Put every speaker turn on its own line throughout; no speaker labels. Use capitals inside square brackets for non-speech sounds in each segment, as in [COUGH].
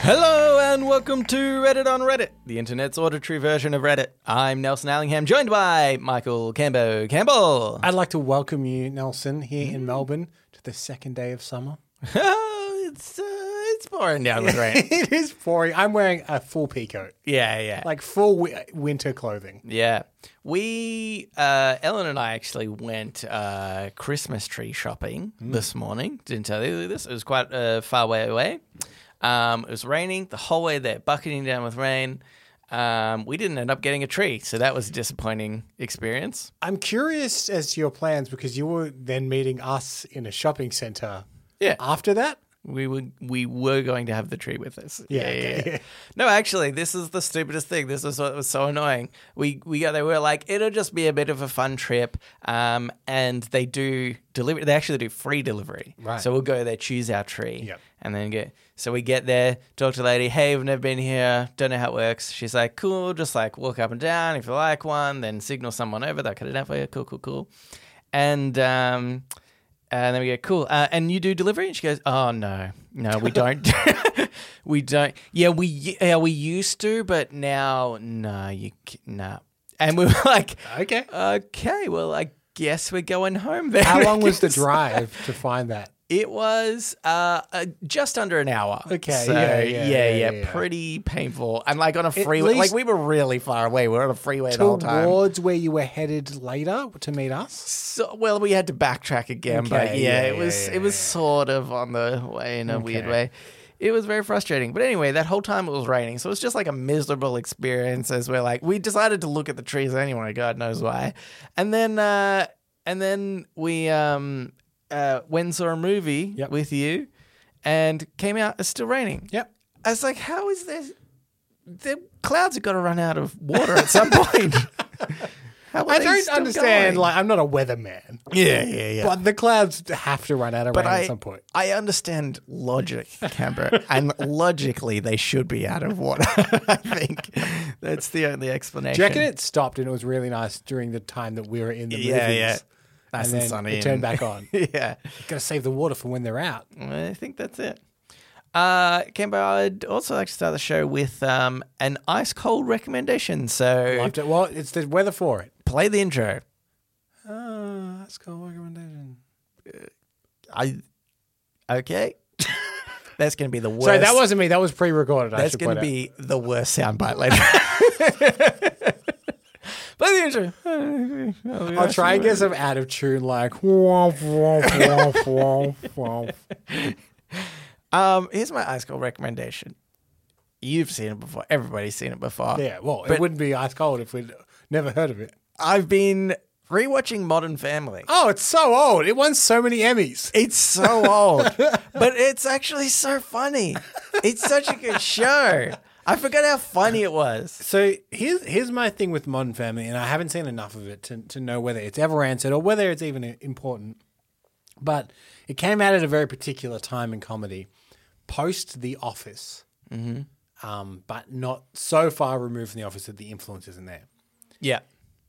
Hello and welcome to Reddit on Reddit, the internet's auditory version of Reddit. I'm Nelson Allingham, joined by Michael Cambo Campbell. [LAUGHS]
I'd like to welcome you, Nelson, here
Mm.
in Melbourne to the second day of summer. [LAUGHS]
it's uh, it's pouring down with
[LAUGHS]
rain.
it is pouring. I'm wearing a full peacoat,
Yeah, yeah,
like full wi- winter clothing.
yeah. We uh, Ellen and I actually went uh, Christmas tree shopping this morning. Didn't tell you this. It was quite a far way away. Um, it was raining the whole way there, bucketing down with rain. Um, we didn't end up getting a tree, so that was a disappointing experience.
I'm curious as to your plans because you were then meeting us in a shopping center.
Yeah.
After that,
We would we were going to have the tree with us.
Yeah, okay, [LAUGHS] yeah.
No, actually, this is the stupidest thing. This is what was so annoying. We we got they were like, it'll just be a bit of a fun trip. Um, and they do deliver. They actually do free delivery.
Right.
So we'll go there, choose our tree,
Yep.
and then get. So we get there, talk to the lady. Hey, we've never been here. Don't know how it works. She's like, cool. Just like walk up and down. If you like one, then signal someone over. They'll cut it out for you. Cool, cool, cool. And um, and then we go, cool. Uh, and you do delivery? And she goes, oh, no, no, we don't. [LAUGHS] we don't. Yeah, we yeah, we used to, but now, no, you, c- no. And we were like,
okay.
okay, well, I guess we're going home then. [LAUGHS]
How long was the
Because
drive to find that?
It was uh, uh, just under an hour.
Okay,
So, yeah,
yeah, yeah,
yeah,
yeah, yeah.
Pretty painful. And like on a freeway,
least-
like we were really far away. We were on a freeway [LAUGHS] the whole time.
Towards where you were headed later to meet us.
So, well, we had to backtrack again, but
Okay,
yeah,
yeah,
it was
yeah,
it was sort of on the way in a weird way. It was very frustrating. But anyway, that whole time it was raining, so it was just like a miserable experience. As we're like, we decided to look at the trees anyway, God knows why. And then, uh, and then we um, uh, went and saw a movie
Yep.
with you, and came out. It's still raining.
Yep.
I was like, how is this? The clouds have got to run out of water at some
[LAUGHS]
point. How are
I
they
don't
still
understand.
going?
Like, I'm not a weatherman,
Yeah, yeah, yeah.
but the clouds have to run out of
But
rain
I,
at some point.
I understand logic, Canberra,
[LAUGHS]
and logically they should be out of water. [LAUGHS] I think that's the only explanation.
Do you reckon it stopped and it was really nice during the time that we were in the movies?
Yeah, yeah. Nice
and
and
then
sunny
It turned
and-
back on.
[LAUGHS] yeah,
Gotta save the water for when they're out.
I think that's it. Uh, Canberra, I'd also like to start the show with um, an ice cold recommendation. So
Loved it. Well, it's the weather for it.
play the intro.
Oh, that's cool recommendation.
I okay. [LAUGHS] that's going to be the worst.
So that wasn't me. That was pre-recorded. I
That's
should
going to
point out.
be the worst soundbite later. [LAUGHS] Play the intro.
I'll try and get some out of
[LAUGHS]
tune, like womp womp womp womp womp.
Um, here's my ice cold recommendation. You've seen it before. Everybody's seen it before.
Yeah, well, it
But-
wouldn't be ice cold if we'd never heard of it.
I've been rewatching Modern Family.
Oh, it's so old. It won so many Emmys.
It's
[LAUGHS]
so old, but it's actually so funny. It's such a good show. I forgot how funny it was.
So here's here's my thing with Modern Family, and I haven't seen enough of it to, to know whether it's ever answered or whether it's even uh, important. But it came out at a very particular time in comedy, post The Office, mm-hmm. um, but not so far removed from The Office that the influence isn't there.
Yeah.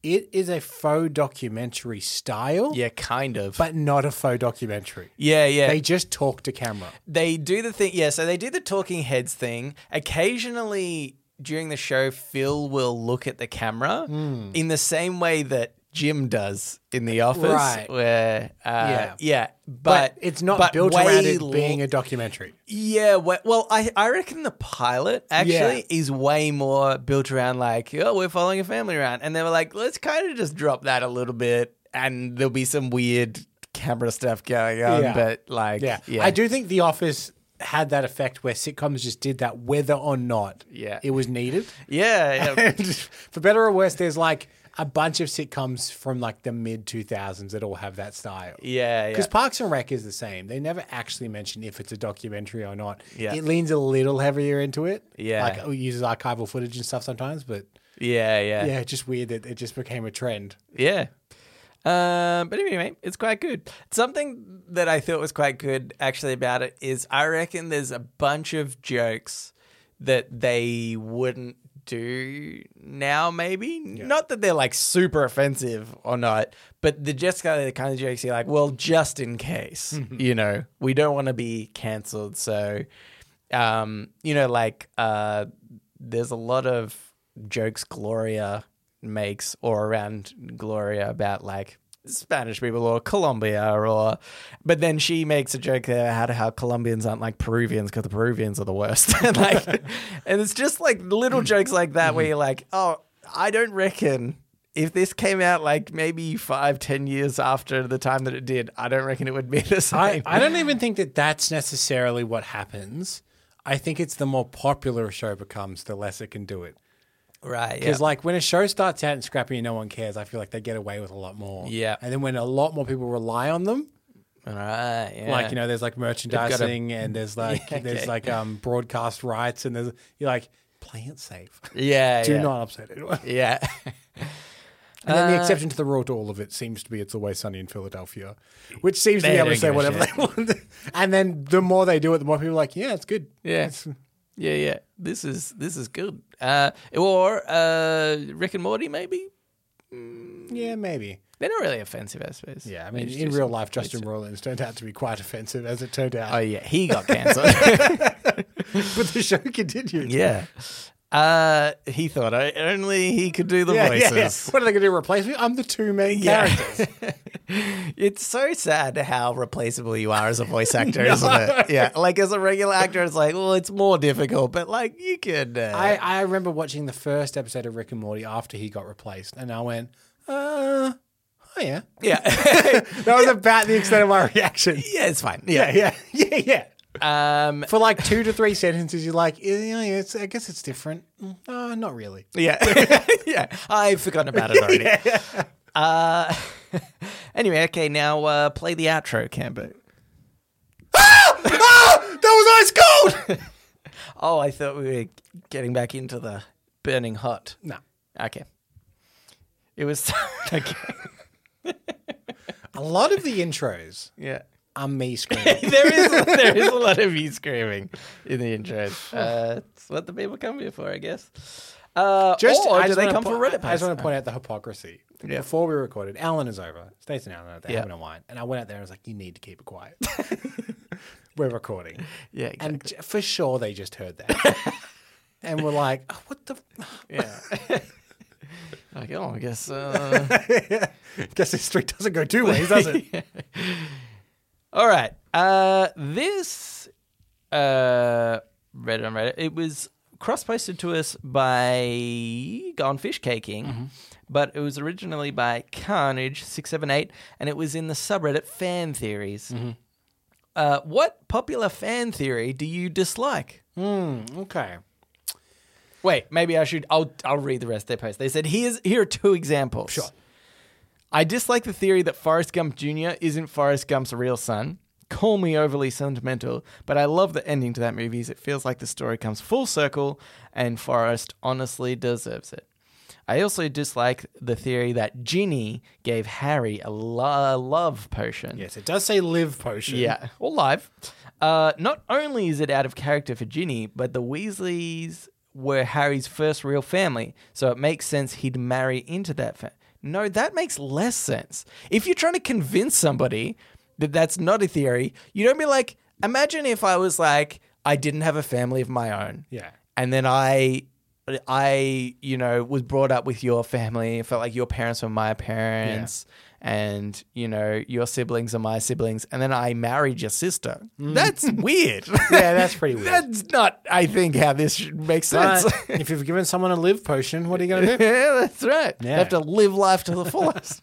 It is a faux documentary style,
Yeah, kind of.
but not a faux documentary.
yeah, yeah.
They just talk to camera.
they do the thing yeah so they do the talking heads thing occasionally during the show phil will look at the camera
Hmm.
in the same way that jim does in the office
Right.
where uh,
Yeah.
yeah
But,
but,
it's not
but
built around
way
it being a documentary.
yeah, we- well, I I reckon the pilot actually is way more built around like, oh, we're following a family around, and they were like, let's kind of just drop that a little bit, and there'll be some weird camera stuff going on,
Yeah.
but like,
Yeah.
yeah,
I do think The Office had that effect where sitcoms just did that whether or not
Yeah.
it was
[LAUGHS]
needed. [LAUGHS]
yeah, yeah.
And for better or worse, there's like a bunch of sitcoms from like the mid 2000s that all have that style.
yeah, yeah.
Because Parks and Rec is the same. They never actually mention if it's a documentary or not.
Yeah.
It leans a little heavier into it.
Yeah.
Like it uses archival footage and stuff sometimes, but
Yeah, yeah,
yeah, it's just weird that it just became a trend.
yeah. Um, but anyway, it's quite good. Something that I thought was quite good actually about it is I reckon there's a bunch of jokes that they wouldn't do now. Maybe not that they're like super offensive or not, but they're just kind of the kind of jokes you're like, well, just in case, you know, we don't want to be cancelled, so um, you know, like uh, there's a lot of jokes Gloria makes or around Gloria about like Spanish people or Colombia or, but then she makes a joke there how to how Colombians aren't like Peruvians because the Peruvians are the worst, [LAUGHS] and like, and it's just like little jokes like that where you're like, oh, I don't reckon. If this came out like maybe five, ten years after the time that it did, I don't reckon it would be the [LAUGHS] same.
I, I don't even think that that's necessarily what happens. I think it's the more popular a show becomes, the less it can do it.
right?
Because like when a show starts out and scrappy and no one cares, I feel like they get away with a lot more.
Yeah.
And then when a lot more people rely on them,
All right. Yeah.
like you know, there's like merchandising and
[LAUGHS]
there's like there's
okay.
like um broadcast rights and there's you're like play
[LAUGHS]
it safe,
Yeah.
do
yeah. Uh,
not upset anyone.
Yeah. [LAUGHS]
And then the exception to the rule to all of it seems to be it's always sunny in Philadelphia, which seems to be
They
able to
don't
say
give a
whatever they [LAUGHS] want. And then the more they do it, the more people are like, yeah, it's good.
yeah. Yeah. Yeah. This is this is good. Uh, or uh, Rick and Morty, maybe
Yeah, maybe.
they're not really offensive, I suppose.
Yeah, I mean,
It's
in
just-
real life, Justin Rollins turned out to be quite offensive, as it turned out.
Oh yeah, he got cancelled.
[LAUGHS] but the show
[LAUGHS]
continued.
yeah. Uh, he thought I, only he could do the
Yeah, yeah,
voices.
yeah. What are they going to do? Replace me? I'm the two main [LAUGHS] characters.
[LAUGHS] it's so sad how replaceable you are as a
[LAUGHS]
voice actor, isn't it? Yeah, like as a regular actor, it's like, well, it's more difficult, but like you could. Uh,
[LAUGHS] I, I remember watching the first episode of Rick and Morty after he got replaced, and I went, uh, oh yeah.
yeah, [LAUGHS]
[LAUGHS] That was about the extent of my reaction.
yeah, it's fine.
[LAUGHS] Yeah, yeah, [LAUGHS] yeah, yeah.
yeah. Um,
For like two to three sentences, you're like, yeah, yeah, yeah, it's, I guess it's different. Mm, Uh, not really.
Yeah. [LAUGHS] yeah. I've forgotten about it already. Uh, [LAUGHS] anyway, okay, now uh, play the outro, Cambo.
[LAUGHS] ah, that was ice cold.
Oh, I thought we were getting back into the burning hot.
[LAUGHS] no,
Okay. It was. [LAUGHS] okay.
a lot of the intros
Yeah.
are me screaming.
There is there is a lot of you screaming in the intro. Uh, it's what the people come here for, I guess. Uh,
Just
or
I
do
just
they
wanna
come
po-
for Reddit
I just
posts?
want to point out the hypocrisy.
Yeah.
Before we recorded, Alan is over. Stace and Alan are out there
Yeah.
having a wine, and I went out there and I was like, "You need to keep it quiet. [LAUGHS] We're recording."
Yeah, exactly.
And j- for sure, they just heard that.
[LAUGHS]
and were like, oh, what the?
yeah. [LAUGHS] like, oh, I guess.
[LAUGHS]
Uh,
Guess this street doesn't go two ways,
[LAUGHS]
does it?
All right. Uh, this uh, Reddit on Reddit. It was cross posted to us by Gone Fish Caking, but it was originally by Carnage six seven eight, and it was in the subreddit Fan Theories. Uh, what popular fan theory do you dislike?
Mm, okay.
Wait, maybe I should. I'll I'll read the rest of their post. They said here's here are two examples.
Sure.
I dislike the theory that Forrest Gump Jr. isn't Forrest Gump's real son. Call me overly sentimental, but I love the ending to that movie. As it feels like the story comes full circle, and Forrest honestly deserves it. I also dislike the theory that Ginny gave Harry a lo- love potion.
Yes, it does say live potion.
Yeah, or live. Uh, not only is it out of character for Ginny, but the Weasleys were Harry's first real family, so it makes sense he'd marry into that family. No, that makes less sense. If you're trying to convince somebody that that's not a theory, you don't be like, imagine if I was like, I didn't have a family of my own.
Yeah.
And then I. I, you know, was brought up with your family. It felt like your parents were my parents and you know your siblings are my siblings and then i married your sister [LAUGHS] that's weird
[LAUGHS] Yeah, that's pretty weird.
that's not i think how this should make sense
[LAUGHS] But if you've given someone a live potion, what are you going to
[LAUGHS]
do?
yeah that's right you
Yeah.
have to live life to the [LAUGHS] fullest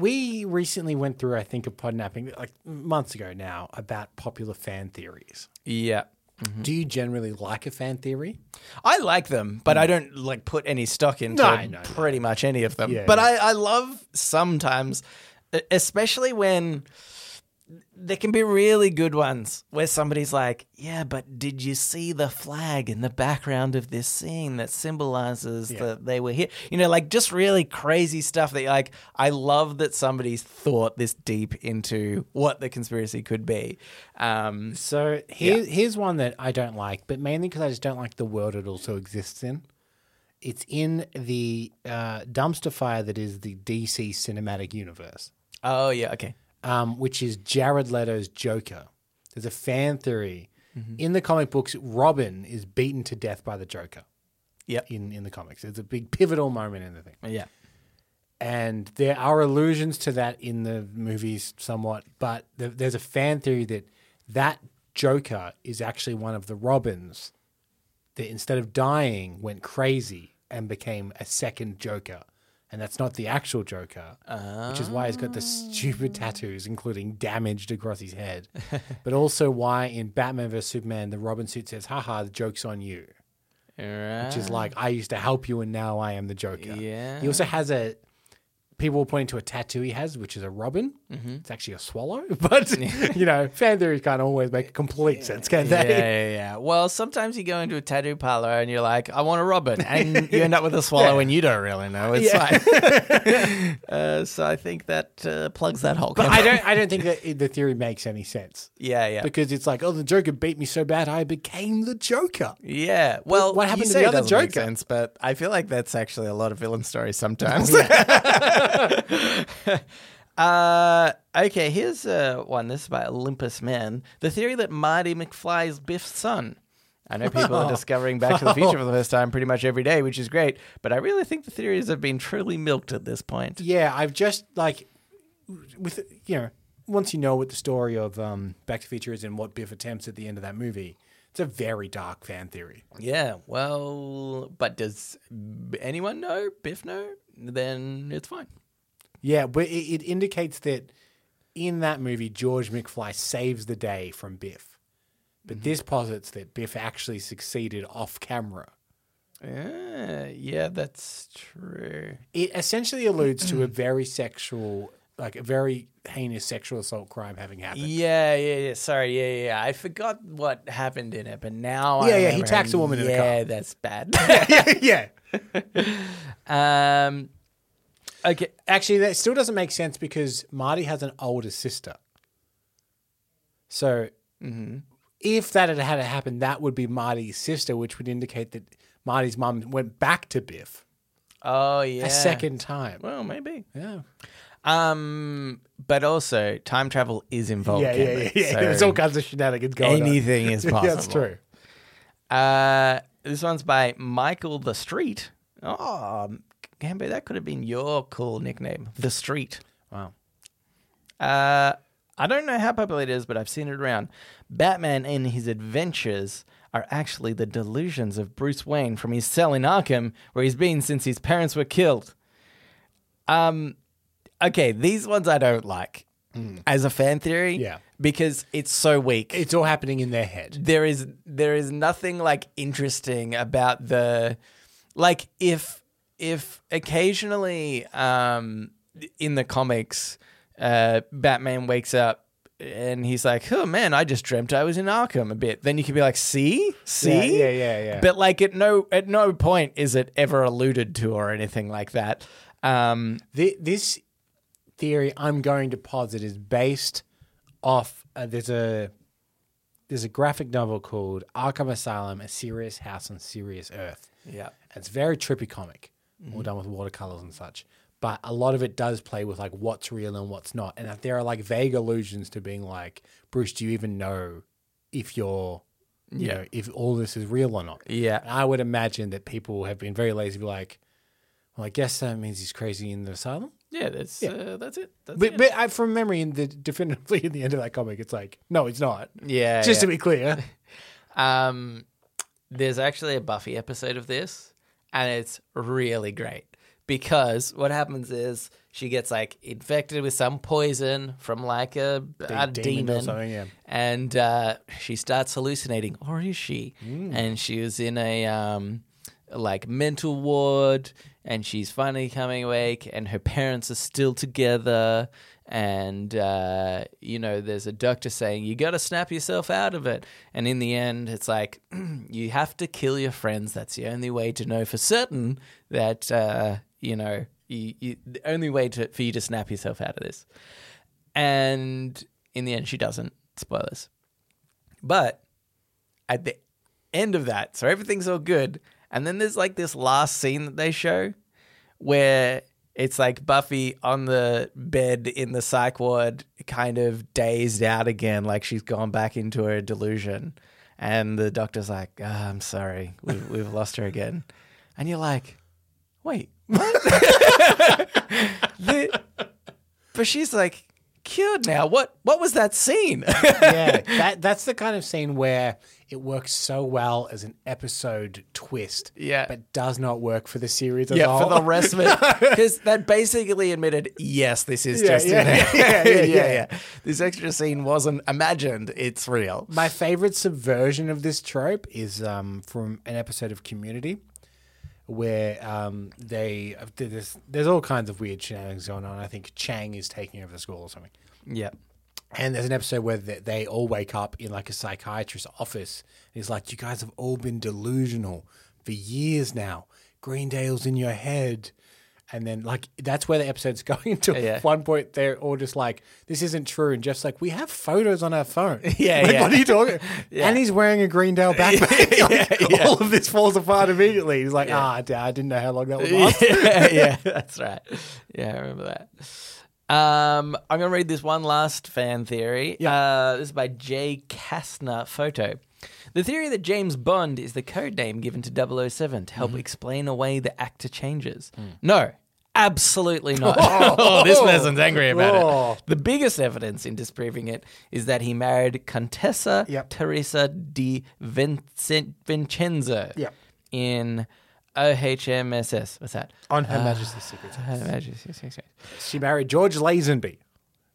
We recently went through, I think, a podnapping like months ago now about popular fan theories.
yeah
Do you generally like a fan theory?
i like them but i don't like put any stock into
Mm. No, no, no.
pretty much any of them
Yeah,
but
yeah.
I, I love sometimes e- especially when there can be really good ones where somebody's like, "Yeah, but did you see the flag in the background of this scene that symbolizes that they were here?" You know, like just really crazy stuff that you're like I love that somebody's thought this deep into what the conspiracy could be. Um,
So here, here's one that I don't like, but mainly because I just don't like the world it also exists in. It's in the uh, dumpster fire that is the DC cinematic universe,
oh yeah, okay,
um, which is Jared Leto's Joker. There's a fan theory In the comic books, Robin is beaten to death by the Joker
Yep.
in, in the comics. It's a big pivotal moment in the thing.
Yeah.
And there are allusions to that in the movies somewhat, but th- there's a fan theory that that Joker is actually one of the Robins that instead of dying went crazy and became a second Joker. And that's not the actual Joker, which is why he's got the stupid tattoos, including damaged across his head. but also why in Batman vs. Superman, the Robin suit says, haha, the joke's on you
Right.
which is like I used to help you and now I am the Joker.
Yeah.
He also has a people were pointing to a tattoo he has, which is a robin.
Mm-hmm.
It's actually a swallow, [LAUGHS] but you know, fan theories can't always make complete sense, can
yeah,
they?
yeah, yeah. Well, sometimes you go into a tattoo parlor and you're like, I want a
[LAUGHS]
robin. And you end up with a swallow and you don't really know. It's
[LAUGHS]
like. [LAUGHS] uh, so I think that uh, plugs that hole.
I don't. I don't think that it- the theory makes any sense
Yeah, yeah.
because it's like, oh, the Joker beat me so bad, I became the Joker.
Yeah. Well,
what happened
you
to
say
the
it
other
doesn't make
Joker?
Sense, but I feel like that's actually a lot of villain stories sometimes.
Oh,
[LAUGHS] uh, okay, here's uh, one. This is by Olympus Man. The theory that Marty McFly is Biff's son. I know people
[LAUGHS] Oh.
are discovering Back to the Future for the first time pretty much every day, which is great. But I really think the theories have been truly milked at this point.
Yeah, I've just like with you know, once you know what the story of um, Back to the Future is and what Biff attempts at the end of that movie, it's a very dark fan theory.
Yeah. Well, but does b- anyone know? Biff know? Then it's fine.
Yeah, but it, it indicates that in that movie, George McFly saves the day from Biff. But this posits that Biff actually succeeded off camera.
Yeah, yeah, that's true.
It essentially alludes to a very sexual, like a very heinous sexual assault crime having happened.
Yeah, yeah, yeah. Sorry, yeah, yeah, yeah. I forgot what happened in it, but now
Yeah,
I
yeah, he
remember.
attacks a woman in a car.
Yeah, that's bad. [LAUGHS]
yeah, [LAUGHS] yeah.
um, okay,
Actually, that still doesn't make sense because Marty has an older sister. So, if that had had happened, that would be Marty's sister, which would indicate that Marty's mum went back to Biff
oh yeah,
a second time.
Well, maybe.
Yeah.
Um, but also time travel is involved.
Yeah, yeah, yeah,
Cameron,
yeah. [LAUGHS]
so
There's all kinds of shenanigans going
anything is
on.
possible.
[LAUGHS] Yeah, that's true.
Uh, this one's by Michael the Street. Oh, Gambo, that could have been your cool nickname, the Street.
Wow.
Uh, I don't know how popular it is, but I've seen it around. Batman and his adventures are actually the delusions of Bruce Wayne from his cell in Arkham, where he's been since his parents were killed. Um, okay, these ones I don't like as a fan theory,
Hmm. Yeah.
because it's so weak
It's all happening in their head.
there is there is nothing like interesting about the like if if occasionally um in the comics uh Batman wakes up and he's like, "Oh man, I just dreamt I was in Arkham a bit." Then you could be like, "See, see,
Yeah, yeah, yeah, yeah.
But like, at no at no point is it ever alluded to or anything like that. Um,
Th- this theory I'm going to posit is based off uh, there's a there's a graphic novel called Arkham Asylum: A Serious House on Serious Earth.
yeah, Mm-hmm.
It's a very trippy comic, all done with watercolors and such. But a lot of it does play with like what's real and what's not, and that there are like vague allusions to being like, Bruce, do you even know if you're, you
Yeah.
know, if all this is real or not?
Yeah.
And I would imagine that people have been very lazy, to be like, well, I guess that means he's crazy in the asylum.
yeah. That's Uh, that's it. That's
But, but I, from memory, in the definitively in the end of that comic, it's like, no, it's not.
yeah,
Just
yeah.
to be clear,
Um, there's actually a Buffy episode of this, and it's really great because what happens is she gets like infected with some poison from like a, [LAUGHS] a
demon or
demon,
something, yeah.
and uh, she starts hallucinating, or is she? And she was in a um, like mental ward, and she's finally coming awake, and her parents are still together, and uh, you know, there's a doctor saying you got to snap yourself out of it, and in the end, it's like [CLEARS THROAT] you have to kill your friends. That's the only way to know for certain that uh, you know. You, you, the only way to, for you to snap yourself out of this and in the end she doesn't spoilers but at the end of that so everything's all good and then there's like this last scene that they show where it's like buffy on the bed in the psych ward kind of dazed out again like she's gone back into her delusion And the doctor's like, "Ah, I'm sorry, we've, we've lost her again. And you're like, wait, what? [LAUGHS] The- but she's like, cured now. What what was that scene? [LAUGHS]
yeah, [LAUGHS] that that's the kind of scene where it works so well as an episode twist,
Yeah.
but does not work for the series as a
yeah,
whole.
for the rest
[LAUGHS]
of it. Because that basically admitted, yes, this is
Yeah,
just in
[LAUGHS] yeah,
there. [LAUGHS]
yeah, yeah, yeah.
This extra scene wasn't imagined, it's real.
My favorite subversion of this trope is um, from an episode of Community, where um, they there's, there's all kinds of weird shenanigans going on. I think Chang is taking over the school or something.
Yeah.
And there's an episode where they, they all wake up in like a psychiatrist's office. And he's like, "You guys have all been delusional for years now. Greendale's in your head." And then like that's where the episode's [LAUGHS] going to.
Yeah.
At one point, they're all just like, "This isn't true," and Jeff's like, "We have photos on our phone."
Yeah,
Like,
yeah.
What are you talking? And he's wearing a Greendale backpack. [LAUGHS] Like, All of this falls apart immediately. He's like, "Ah, Dad, I didn't know how long that would
[LAUGHS]
last." [LAUGHS]
yeah, yeah, that's right. Yeah, I remember that. Um, I'm going to read this one last fan theory. Uh, this is by Jay Kastner Photo. The theory that James Bond is the code name given to 007 to
Mm-hmm.
help explain away the actor changes.
Mm.
No, absolutely not. [LAUGHS]
[LAUGHS]
Oh, this person's angry about
Oh.
it. The biggest evidence in disproving it is that he married Contessa
Yep.
Teresa di Vincen- Vincenzo
Yep.
in OHMSS. What's that?
on Her Majesty's Secret Service.
Her Majesty's Secret Service.
Uh, She married George Lazenby.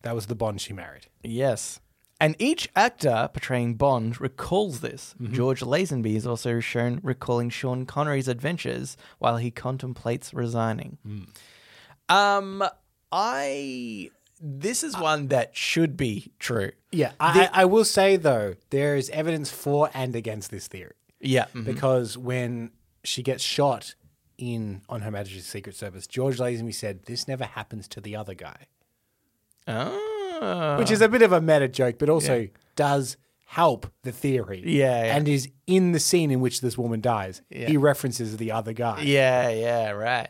That was the Bond she married.
Yes. And each actor portraying Bond recalls this. George Lazenby is also shown recalling Sean Connery's adventures while he contemplates resigning. Um, I. This is one that should be true.
Yeah, I, I I will say though, there is evidence for and against this theory
Yeah.
because when she gets shot in on Her Majesty's Secret Service, George Lazenby said this never happens to the other guy,
Oh.
which is a bit of a meta joke, but also does help the theory.
Yeah, yeah.
and is in the scene in which this woman dies. He references the other guy.
Yeah, yeah, right.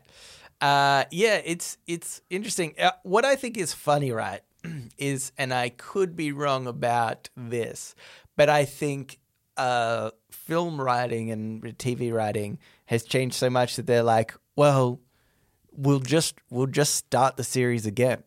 Uh, yeah, it's it's interesting. Uh, what I think is funny, right, [CLEARS THROAT] is, and I could be wrong about this, but I think uh, film writing and TV writing has changed so much that they're like, well, we'll just we'll just start the series again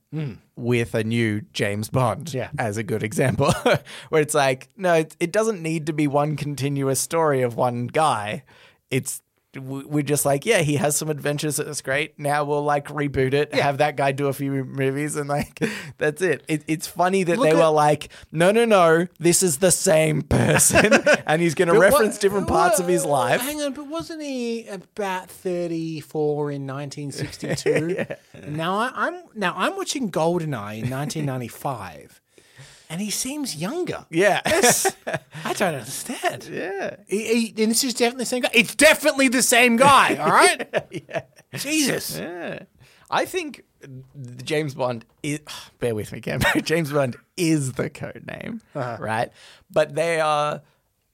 with a new James Bond
Hmm. Yeah.
as a good example [LAUGHS] where it's like no it, it doesn't need to be one continuous story of one guy it's we- we're just like yeah he has some adventures that's great now we'll like reboot it have that guy do a few movies and like [LAUGHS] that's it, it it's funny that
Look
they
at-
were like no no no this is the same
[LAUGHS]
person and he's going to reference
What-
different parts of his
wha-
life
Hang on, but wasn't he about thirty-four in nineteen
[LAUGHS]
sixty-two? Now I, I'm now I'm watching Goldeneye in nineteen ninety-five, and he seems
[LAUGHS]
younger.
yeah
I don't understand.
yeah
He- he- and this is definitely the same guy. It's definitely the same guy.
[LAUGHS]
All right. Jesus.
Yeah. I think the James Bond is. [SIGHS] Bear with me, Cam. [LAUGHS] James Bond is the code name,
Uh-huh.
right? But they are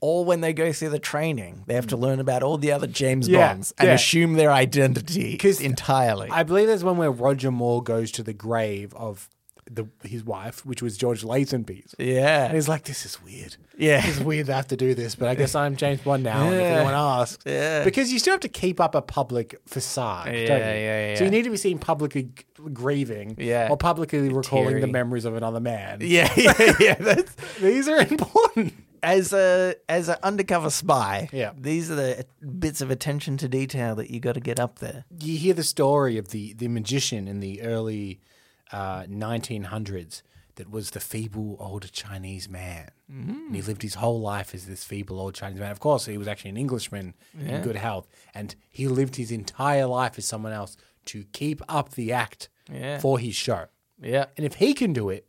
all when they go through the training, they have to learn about all the other James
Mm. Yeah,
Bonds and
yeah.
assume their identity entirely.
I believe there's one where Roger Moore goes to the grave of the, his wife, which was George Lazenby's. And
yeah,
he's like, this is weird.
Yeah.
It's weird to have to do this, but I guess I'm James Bond now. And if
Yeah.
anyone asks,
Yeah.
because you still have to keep up a public facade. don't you?
Yeah, yeah, yeah.
So you need to be seen publicly g- grieving
Yeah.
or publicly recalling the
Teary.
memories of another man.
[LAUGHS] yeah, yeah, yeah. That's,
These are important.
as a as an undercover spy,
Yeah.
these are the bits of attention to detail that you got to get up there.
You hear the story of the, the magician in the early uh, 1900s that was the feeble old Chinese man. And
Mm.
he lived his whole life as this feeble old Chinese man. Of course, he was actually an Englishman in good health. And he lived his entire life as someone else to keep up the act
Yeah.
for his show.
Yeah,
And if he can do it,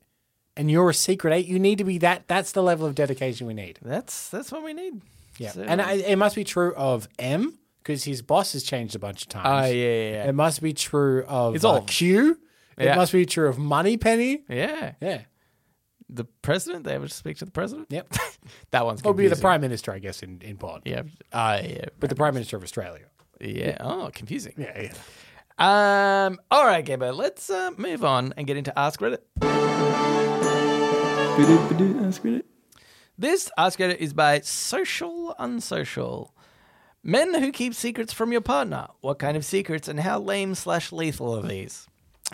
and you're a secret eight, you need to be that. That's the level of dedication we need.
that's that's what we need.
Yeah,
So-
and I, it must be true of M because his boss has changed a bunch of
[LAUGHS]
times.
Oh, yeah, yeah, yeah.
It must be true of
It's
uh,
all-
Q.
Yeah.
It must be true of Money Penny.
yeah,
Yeah,
the president. They ever speak to the president?
[LAUGHS] yep.
[LAUGHS] That one's
He'll be
confusing.
the prime minister, I guess, in in Bond.
Yeah. Uh, yeah.
but the prime minister of Australia.
Yeah. Oh, confusing.
Yeah, yeah.
Um. All right, Gabbo. Let's uh, move on and get into Ask Reddit. Ask Reddit. This Ask Reddit is by Social Unsocial. Men who keep secrets from your partner. What kind of secrets and how lame slash lethal are these?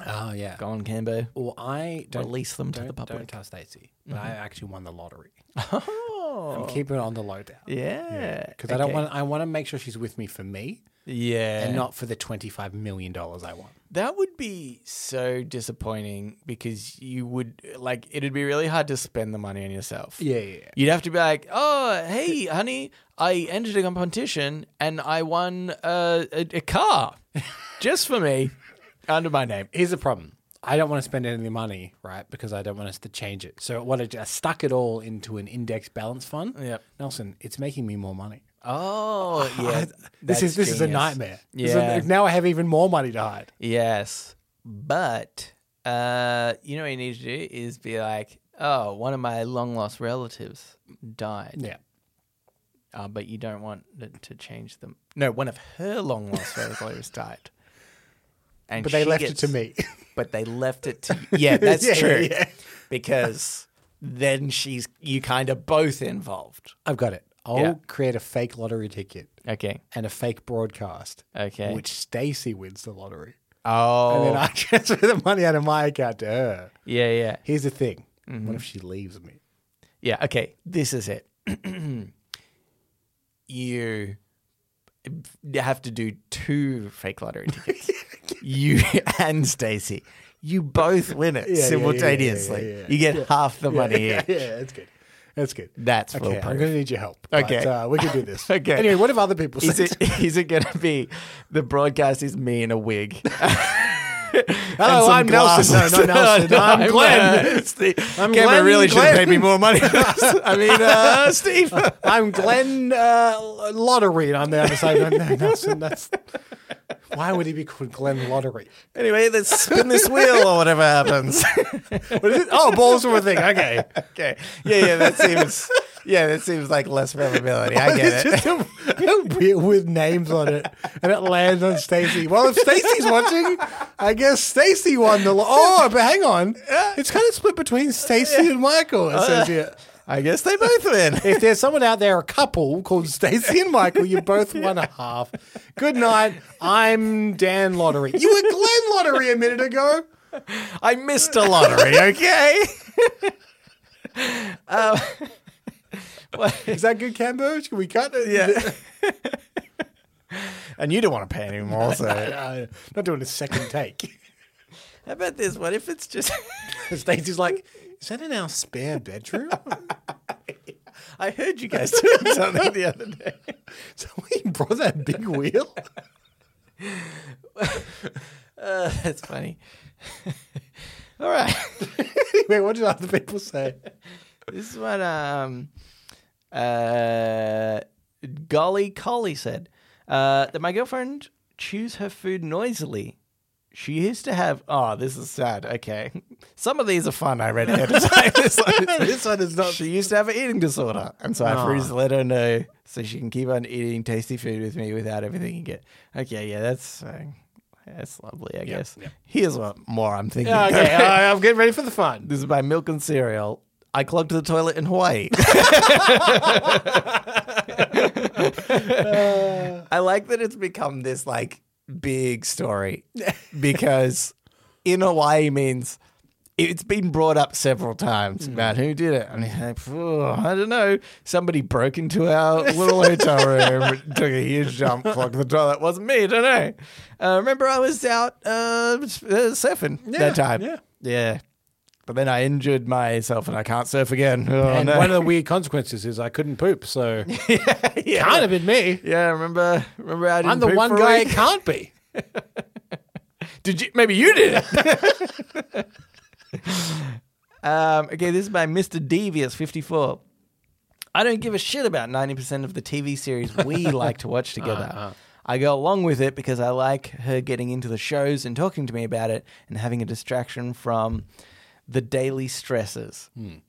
Oh yeah.
Go on, Cambo.
Well, I don't
Release them to
don't-
the
Don't
public. Mm-hmm.
tell Stacey, but I actually won the lottery.
[LAUGHS] Oh.
Keep it on the low down.
Yeah.
Because I don't
Okay.
want. I want to make sure she's with me for me
Yeah.
and not for the twenty five million dollars I want.
That would be so disappointing because you would like it'd be really hard to spend the money on yourself.
Yeah, yeah, yeah.
You'd have to be like, "Oh, hey, honey, I entered a competition and I won uh, a, a car [LAUGHS] just for me under my name."
Here's the problem. I don't want to spend any of the money, right? Because I don't want us to change it. So what I ju- I stuck it all into an index balance fund.
Yep.
Nelson, it's making me more money.
Oh,
I-
[LAUGHS] yeah.
this
that's
is this is a
genius.
nightmare. This is a-
Yeah.
now I have even more money to hide.
Yes. But uh, you know what you need to do is be like, "Oh, one of my long-lost relatives died."
Yeah.
uh, but you don't want it to change them. No, one of her long
[LAUGHS]
lost relatives died, and
But they
she
left
gets-
it to me. [LAUGHS]
But they left it to yeah, that's
Yeah, yeah,
true
yeah.
because then she's you kind of both involved.
I've got it. I'll
Yeah.
create a fake lottery ticket
Okay,
and a fake broadcast,
okay.
which Stacy wins the lottery. And
oh,
then I [LAUGHS] transfer the money out of my account to her.
yeah, yeah,
Here's the thing.
Mm-hmm.
What if she leaves me?
yeah. Okay, this is it. [CLEARS THROAT] you have to do two fake
[LAUGHS]
lottery tickets. you and Stacey. You both win it
yeah, yeah, yeah,
simultaneously.
yeah, yeah.
You get half the money
[LAUGHS] yeah,
each.
yeah, that's good. That's good.
That's
okay. I'm
foolproof.
going to need your help.
Okay.
but, uh, we can do
[LAUGHS]
this.
Okay.
Anyway, what if other people
[LAUGHS] Is
say?
[LAUGHS] it is it gonna be the broadcast is me in a wig?
[LAUGHS]
[LAUGHS]
Hello, I'm Nelson. No, not Nelson. I'm Glenn.
it's the, Cameron
I'm Glenn,
really should have
Glenn.
paid me more money.
[LAUGHS]
I mean, uh, Steve. [LAUGHS]
I'm Glenn uh, Lottery, and I'm the other side. No, no, Nelson, that's why would he be called Glenn Lottery?
anyway, let's spin this wheel or whatever happens.
[LAUGHS] What is it? Oh, balls were a thing. Okay,
[LAUGHS] okay. Yeah, yeah. That seems. Yeah, that seems like less probability. I
it's
get it.
just a, a bit [LAUGHS] with names on it, and it lands on Stacy. Well, if Stacy's watching, I guess Stacy won the. Lo- oh, but hang on, it's kind of split between Stacy and Michael. It says here.
I guess they both win.
If there's someone out there, a couple called Stacey and Michael, you both won a half. Good night. I'm Dan Lottery. You were Glenn Lottery a minute ago.
I missed a lottery, [LAUGHS] okay? um,
[LAUGHS] Is that good, Cambo? Can we cut it?
yeah. and you don't want to pay anymore,
[LAUGHS]
so.
Uh, not doing a second take.
[LAUGHS] How about this? What if it's just. [LAUGHS]
Stacey's like, [LAUGHS] is that in our spare [LAUGHS] bedroom?
I heard you [LAUGHS]
[LAUGHS]
guys doing something the other day.
So we brought that [LAUGHS] big wheel.
Uh, that's funny. [LAUGHS] All right.
Wait, what did other people [LAUGHS] say?
This is what um, uh, Golly Collie said. Uh, that my girlfriend chews her food noisily. She used to have. Oh, this is sad. Okay, [LAUGHS] some of these are fun. I read ahead of time. [LAUGHS] This one-
This one is not.
she used to have an eating disorder, and so I
Aw.
freeze to let her know so she can keep on eating tasty food with me without everything you get. Okay, yeah, that's uh, that's lovely. I guess. Here's what more I'm thinking.
[LAUGHS] Okay, I- I'm getting ready for the fun.
This is by Milk and Cereal. I clogged the toilet in Hawaii. [LAUGHS] I like that it's become this like big story because in Hawaii means it's been brought up several times about who did it. And you're like, "Phew, I don't know. Somebody broke into our little hotel room, [LAUGHS] took a huge jump, clogged the toilet. Wasn't me. I don't know. Uh, remember, I was out uh, surfing
Yeah,
that time.
yeah.
yeah. But then I injured myself and I can't surf again. Oh,
And
no. [LAUGHS]
one of the weird consequences is I couldn't poop, [LAUGHS] so
yeah.
can't have been me.
Yeah, remember, remember I didn't
I'm the
poop
one
for a
guy it
week?
can't be.
Did you? Maybe you did it. [LAUGHS] um, okay, this is by Mr. Devious fifty four. I don't give a shit about ninety percent of the TV series
[LAUGHS]
we like to watch together.
Uh-huh.
I go along with it because I like her getting into the shows and talking to me about it and having a distraction from the daily stresses. Okay.
[LAUGHS]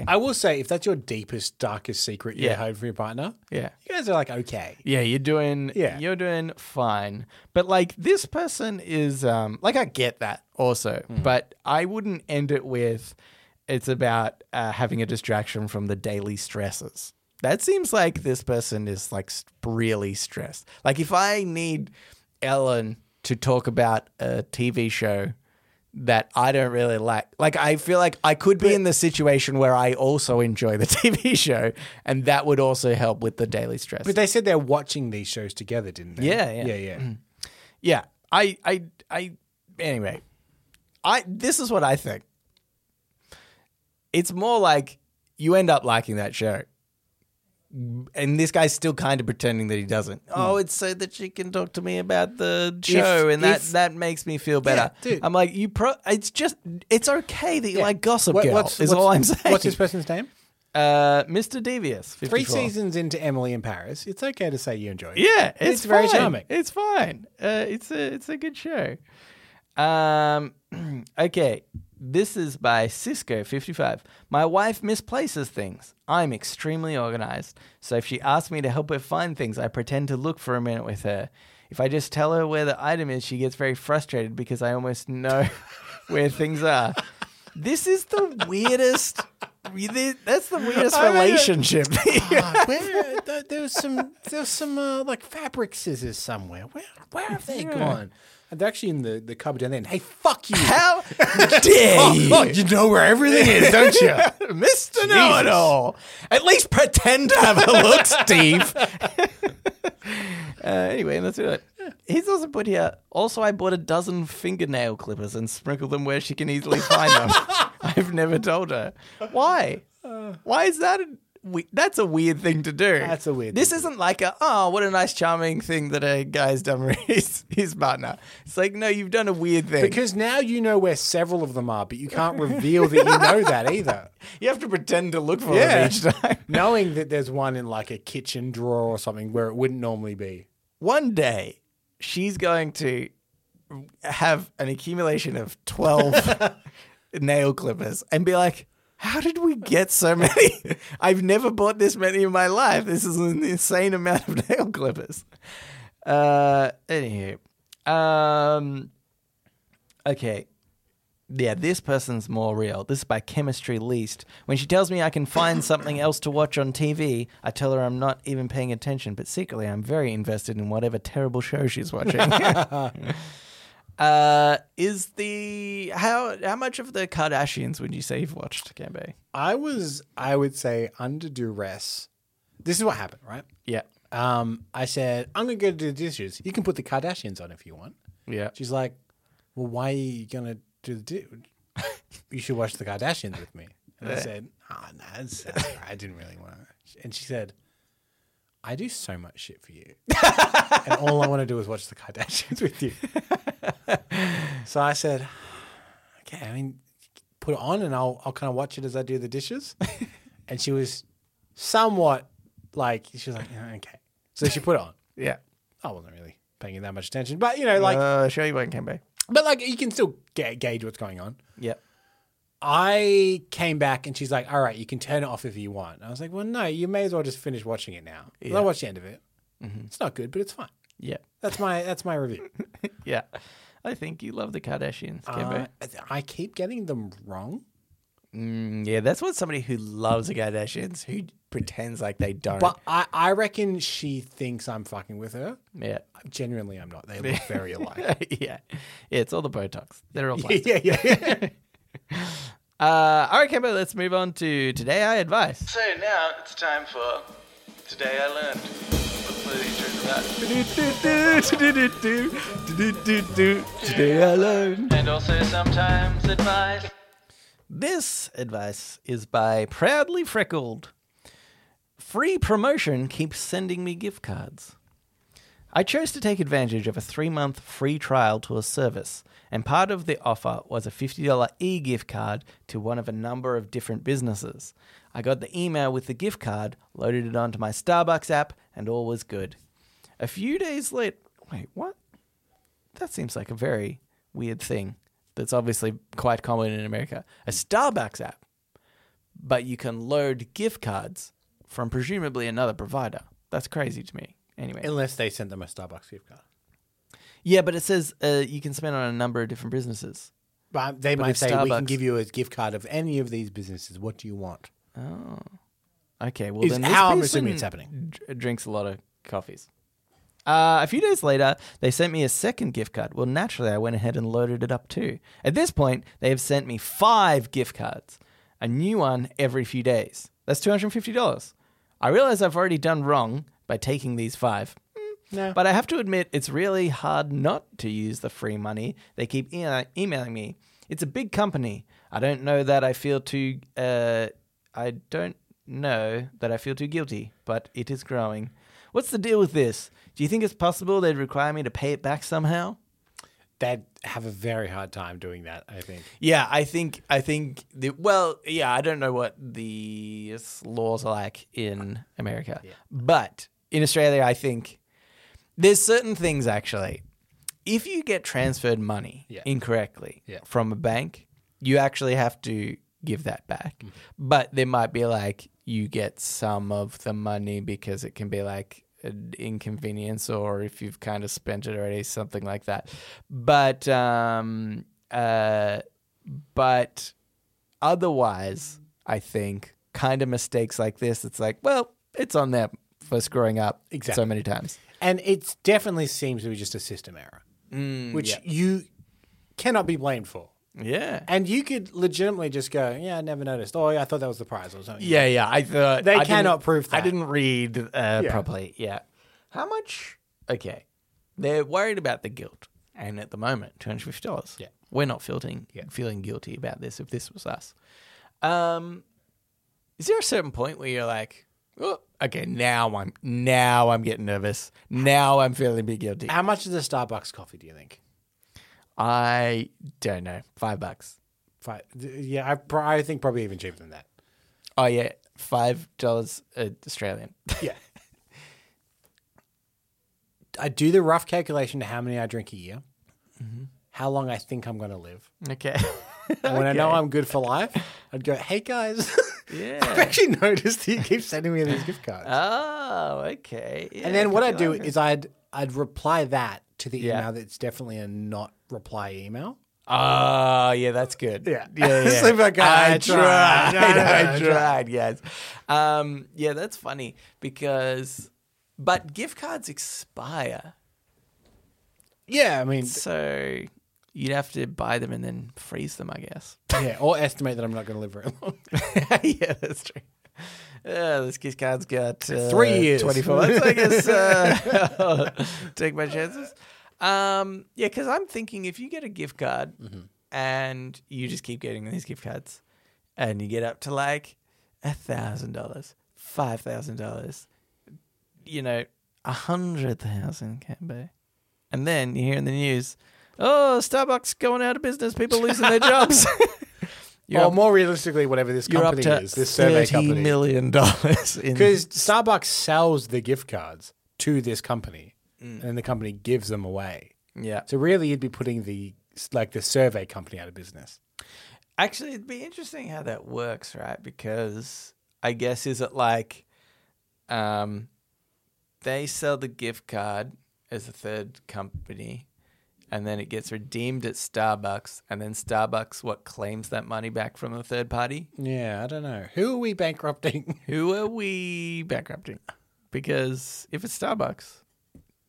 Hmm. I will say, if that's your deepest, darkest secret you
Yeah.
hide from your partner,
yeah.
you guys are like, okay.
Yeah, you're doing
Yeah.
you're doing fine. But like this
Mm.
person is um like I get that also, but I wouldn't end it with It's about uh, having a distraction from the daily stresses. That seems like this person is like s- really stressed. Like if I need Ellen to talk about a TV show that I don't really like, like I feel like I could be in the situation where I also enjoy the [LAUGHS] TV show, and that would also help with the daily stress.
But they said they're watching these shows together, didn't they?
Yeah, yeah.
yeah, yeah.
Yeah. I I I anyway. I this is what I think. It's more like you end up liking that show. And this guy's still kind of pretending that he doesn't. Oh, it's so that she can talk to me about the show, and that,
if-
that makes me feel better.
Yeah, dude.
I'm like, you pro. It's just, it's okay that you like Gossip
What-
Girl. is all I'm saying.
What's this person's name?
uh, Mr. Devious? 54.
Three seasons into Emily in Paris, it's okay to say you enjoy it.
Yeah, it's,
It's very
fine.
charming.
It's fine. Uh, it's a it's a good show. Um, [CLEARS THROAT] okay, this is by Cisco fifty five. My wife misplaces things. I'm extremely organized, so if she asks me to help her find things, I pretend to look for a minute with her. If I just tell her where the item is, she gets very frustrated because I almost know [LAUGHS] where things are. This is the weirdest. That's the weirdest
I mean, uh,
relationship.
[LAUGHS] Ah, where, th- there was some, there was some uh, like fabric scissors somewhere. Where, where have they gone? And they're actually in the, the cupboard down there. And, hey, fuck you! [LAUGHS]
How [LAUGHS] dare you?
Oh, you know where everything is, don't [LAUGHS]
[LAUGHS]
you?
Mr. Know It All. At least pretend to have a look, Steve. uh, anyway, let's do it. He's also put here. Also, I bought a dozen fingernail clippers and sprinkled them where she can easily find them.
[LAUGHS]
I've never told her. Why? Why is that? A, we, that's a weird thing to do.
That's a weird
This
thing to
isn't like a oh, what a nice, charming thing that a guy's done [LAUGHS] with his, his partner. It's like no, you've done a weird thing.
[LAUGHS] Because now you know where several of them are, but you can't reveal that you know
[LAUGHS]
that either.
you have to pretend to look for them
Yeah.
each time.
Knowing that there's one in like a kitchen drawer or something where it wouldn't normally be.
one day she's going to have an accumulation of 12 nail clippers and be like, how did we get so many? [LAUGHS] I've never bought this many in my life. This is an insane amount of [LAUGHS] nail clippers. Uh, anywho, um, okay. Yeah, this person's more real. This is by Chemistry Least. When she tells me I can [COUGHS] find something else to watch on TV, I tell her I'm not even paying attention, but secretly I'm very invested in whatever terrible show she's [LAUGHS] watching. uh, is the how how much of the Kardashians would you say you've watched, Gambe?
I was, I would say, under duress. This is what happened, right?
Yeah,
Um, I said, I'm going to go do the dishes. You can put the Kardashians on if you want.
yeah.
She's like, Well, why are you going to do the di you should watch the Kardashians with me. And I said, Oh, no, that's, that's all right. I didn't really want to. And she said, I do so much shit for you. and all I want to do is watch the Kardashians with you. so I said, Okay, I mean, put it on and I'll, I'll kind of watch it as I do the dishes. and she was somewhat like, She was like, "Yeah, Okay. So she put it on.
Yeah.
I wasn't really paying it that much attention, but you know,
Like,
like,
uh, show you one, Gambe.
but like, you can still ga- gauge what's going on.
Yeah.
I came back and she's like, "All right, you can turn it off if you want." And I was like, "Well, no, you may as well just finish watching it now. And I watched the end of it. It's not good, but it's fine.
Yeah.
That's my that's my [LAUGHS] review.
Yeah. I think you love the Kardashians, Gambe.
Uh, I keep getting them wrong,
Mm, yeah, that's what somebody who loves the Kardashians who pretends like they don't.
but I I reckon she thinks I'm fucking with her.
yeah.
Genuinely, I'm not. They [LAUGHS] look very alike.
[LAUGHS] yeah. Yeah, it's all the Botox. They're all [LAUGHS] plastic.
[LAUGHS] yeah, yeah, yeah.
Uh, all right, Kemba, let's move on to Today I Advise. [LAUGHS] So now it's time for Today I Learned. Today I learned. And also sometimes advice. This advice is by Proudly Freckled. Free promotion keeps sending me gift cards. I chose to take advantage of a three month free trial to a service, and part of the offer was a $50 e gift card to one of a number of different businesses. I got the email with the gift card, loaded it onto my Starbucks app, and all was good. A few days later, wait, what? That seems like a very weird thing that's obviously quite common in America. A Starbucks app, but you can load gift cards from presumably another provider. That's crazy to me. Anyway.
Unless they sent them a Starbucks gift card.
Yeah, but it says uh, you can spend on a number of different businesses.
But they
But
might
it's
say we can
Starbucks.
give you a gift card of any of these businesses. What do you want?
Okay, well
Is
then this
how I'm
person
assuming it's happening.
d- drinks a lot of coffees. Uh, a few days later, they sent me a second gift card. Well, naturally, I went ahead and loaded it up too. At this point, they have sent me five gift cards, a new one every few days. That's two hundred fifty dollars. I realize I've already done wrong by taking these five.
No.
But I have to admit, it's really hard not to use the free money they keep e- emailing me. It's a big company. I don't know that I feel too. Uh, I don't know that I feel too guilty, but it is growing. What's the deal with this? Do you think it's possible they'd require me to pay it back somehow?
They'd have a very hard time doing that, I think.
Yeah, I think I think the well, yeah, I don't know what the laws are like in America, but in Australia, I think there's certain things actually. If you get transferred money
Yeah.
incorrectly
Yeah.
from a bank, you actually have to give that back.
Mm-hmm.
But there might be like you get some of the money because it can be like an inconvenience or if you've kind of spent it already, something like that. But um, uh, but otherwise, I think kind of mistakes like this, it's like, well, it's on them for screwing up
Exactly.
so many times.
And it definitely seems to be just a system error,
Mm,
which you cannot be blamed for.
Yeah.
And you could legitimately just go, yeah, I never noticed. Oh, yeah, I thought that was the prize or something.
Yeah, yeah. I thought
They
I
cannot
didn't-
prove
I
that.
didn't read uh,
Yeah.
properly. Yeah. How much? Okay, they're worried about the guilt, and at the moment, two hundred fifty dollars.
Yeah.
we're not feeling feeling guilty about this. If this was us, um, is there a certain point where you're like, oh, okay, now I'm now I'm getting nervous. Now I'm feeling a bit guilty.
How much is a Starbucks coffee, do you think?
I don't know. Five bucks.
Fi th- yeah, I, pro- I think probably even cheaper
[LAUGHS]
than that.
Oh yeah, five dollars uh, Australian. [LAUGHS]
Yeah. I do the rough calculation to how many I drink a year,
Mm-hmm.
how long I think I'm going to live.
okay.
And when I know I'm good for life, I'd go, hey guys, [LAUGHS] I've
yeah.
actually noticed that you keep sending me these gift cards.
[LAUGHS] Oh, okay. Yeah,
and then
it
what
could
I'd
be
do
like-
is I'd I'd reply that to the
Yeah.
email that's definitely a not reply email.
Oh, yeah, that's good. [LAUGHS] Yeah, yeah.
So if I go,
I,
I
tried. [LAUGHS]
tried. I
I tried, yes. Um, yeah, that's funny because, but gift cards expire.
Yeah, I mean,
So you'd have to buy them and then freeze them, I guess.
yeah, or estimate that I'm not going to live very long.
[LAUGHS] yeah, that's true. Uh, this gift card's got uh,
Three years.
24 months, I guess.
[LAUGHS]
Uh, [LAUGHS] take my chances. Um, yeah, because I'm thinking if you get a gift card
Mm-hmm.
and you just keep getting these gift cards and you get up to like a $1,000, $5,000, you know, a 100,000 can be. And then you hear in the news, oh, Starbucks going out of business, people losing their
[LAUGHS]
jobs. [LAUGHS] You're
or
up
more realistically, whatever this
you're up
company
to
is, this survey
thirty
company.
million dollars in
Because Starbucks sells the gift cards to this company,
Mm.
and the company gives them away.
yeah.
So really, you'd be putting the like the survey company out of business.
Actually, it'd be interesting how that works, right? Because I guess is it like, um, they sell the gift card as a third company, and then it gets redeemed at Starbucks, and then Starbucks what claims that money back from the third party?
Yeah, I don't know. Who are we bankrupting? [LAUGHS]
Who are we bankrupting? Because if it's Starbucks,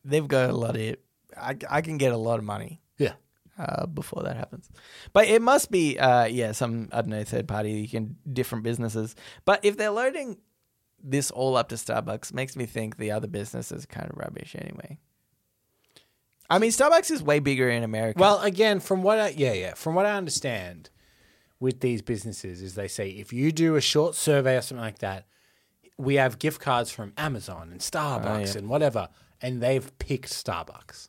they've got a lot of. I, I can get a lot of money
yeah.
uh, before that happens. But it must be, uh, yeah, some I don't know third party, you can different businesses. But if they're loading this all up to Starbucks, makes me think the other business is kind of rubbish anyway. I mean, Starbucks is way bigger in America.
Well, again, from what I yeah yeah from what I understand with these businesses is they say if you do a short survey or something like that, we have gift cards from Amazon and Starbucks
Ah, yeah.
and whatever, and they've picked Starbucks.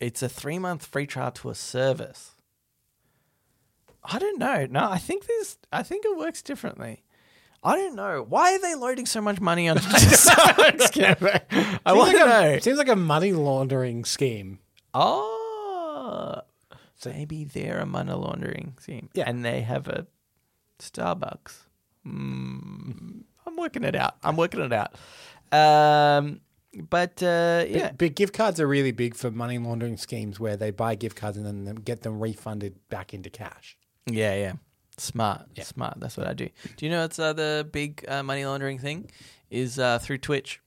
it's a three month free trial to a service. I don't know. No, I think this. I think it works differently. I don't know why are they loading so much money onto [LAUGHS] Starbucks. campaign? I want
Seems
to
like,
know.
a, seems like a money laundering scheme.
Oh, maybe they're a money laundering team.
Yeah.
And they have a Hmm. Starbucks. Mm, I'm working it out. I'm working it out. Um, But uh,
But-
yeah,
But gift cards are really big for money laundering schemes where they buy gift cards and then them- get them refunded back into cash.
Yeah, yeah. Smart, smart. That's what I do. Do you know it's uh, the big uh, money laundering thing is uh, through Twitch?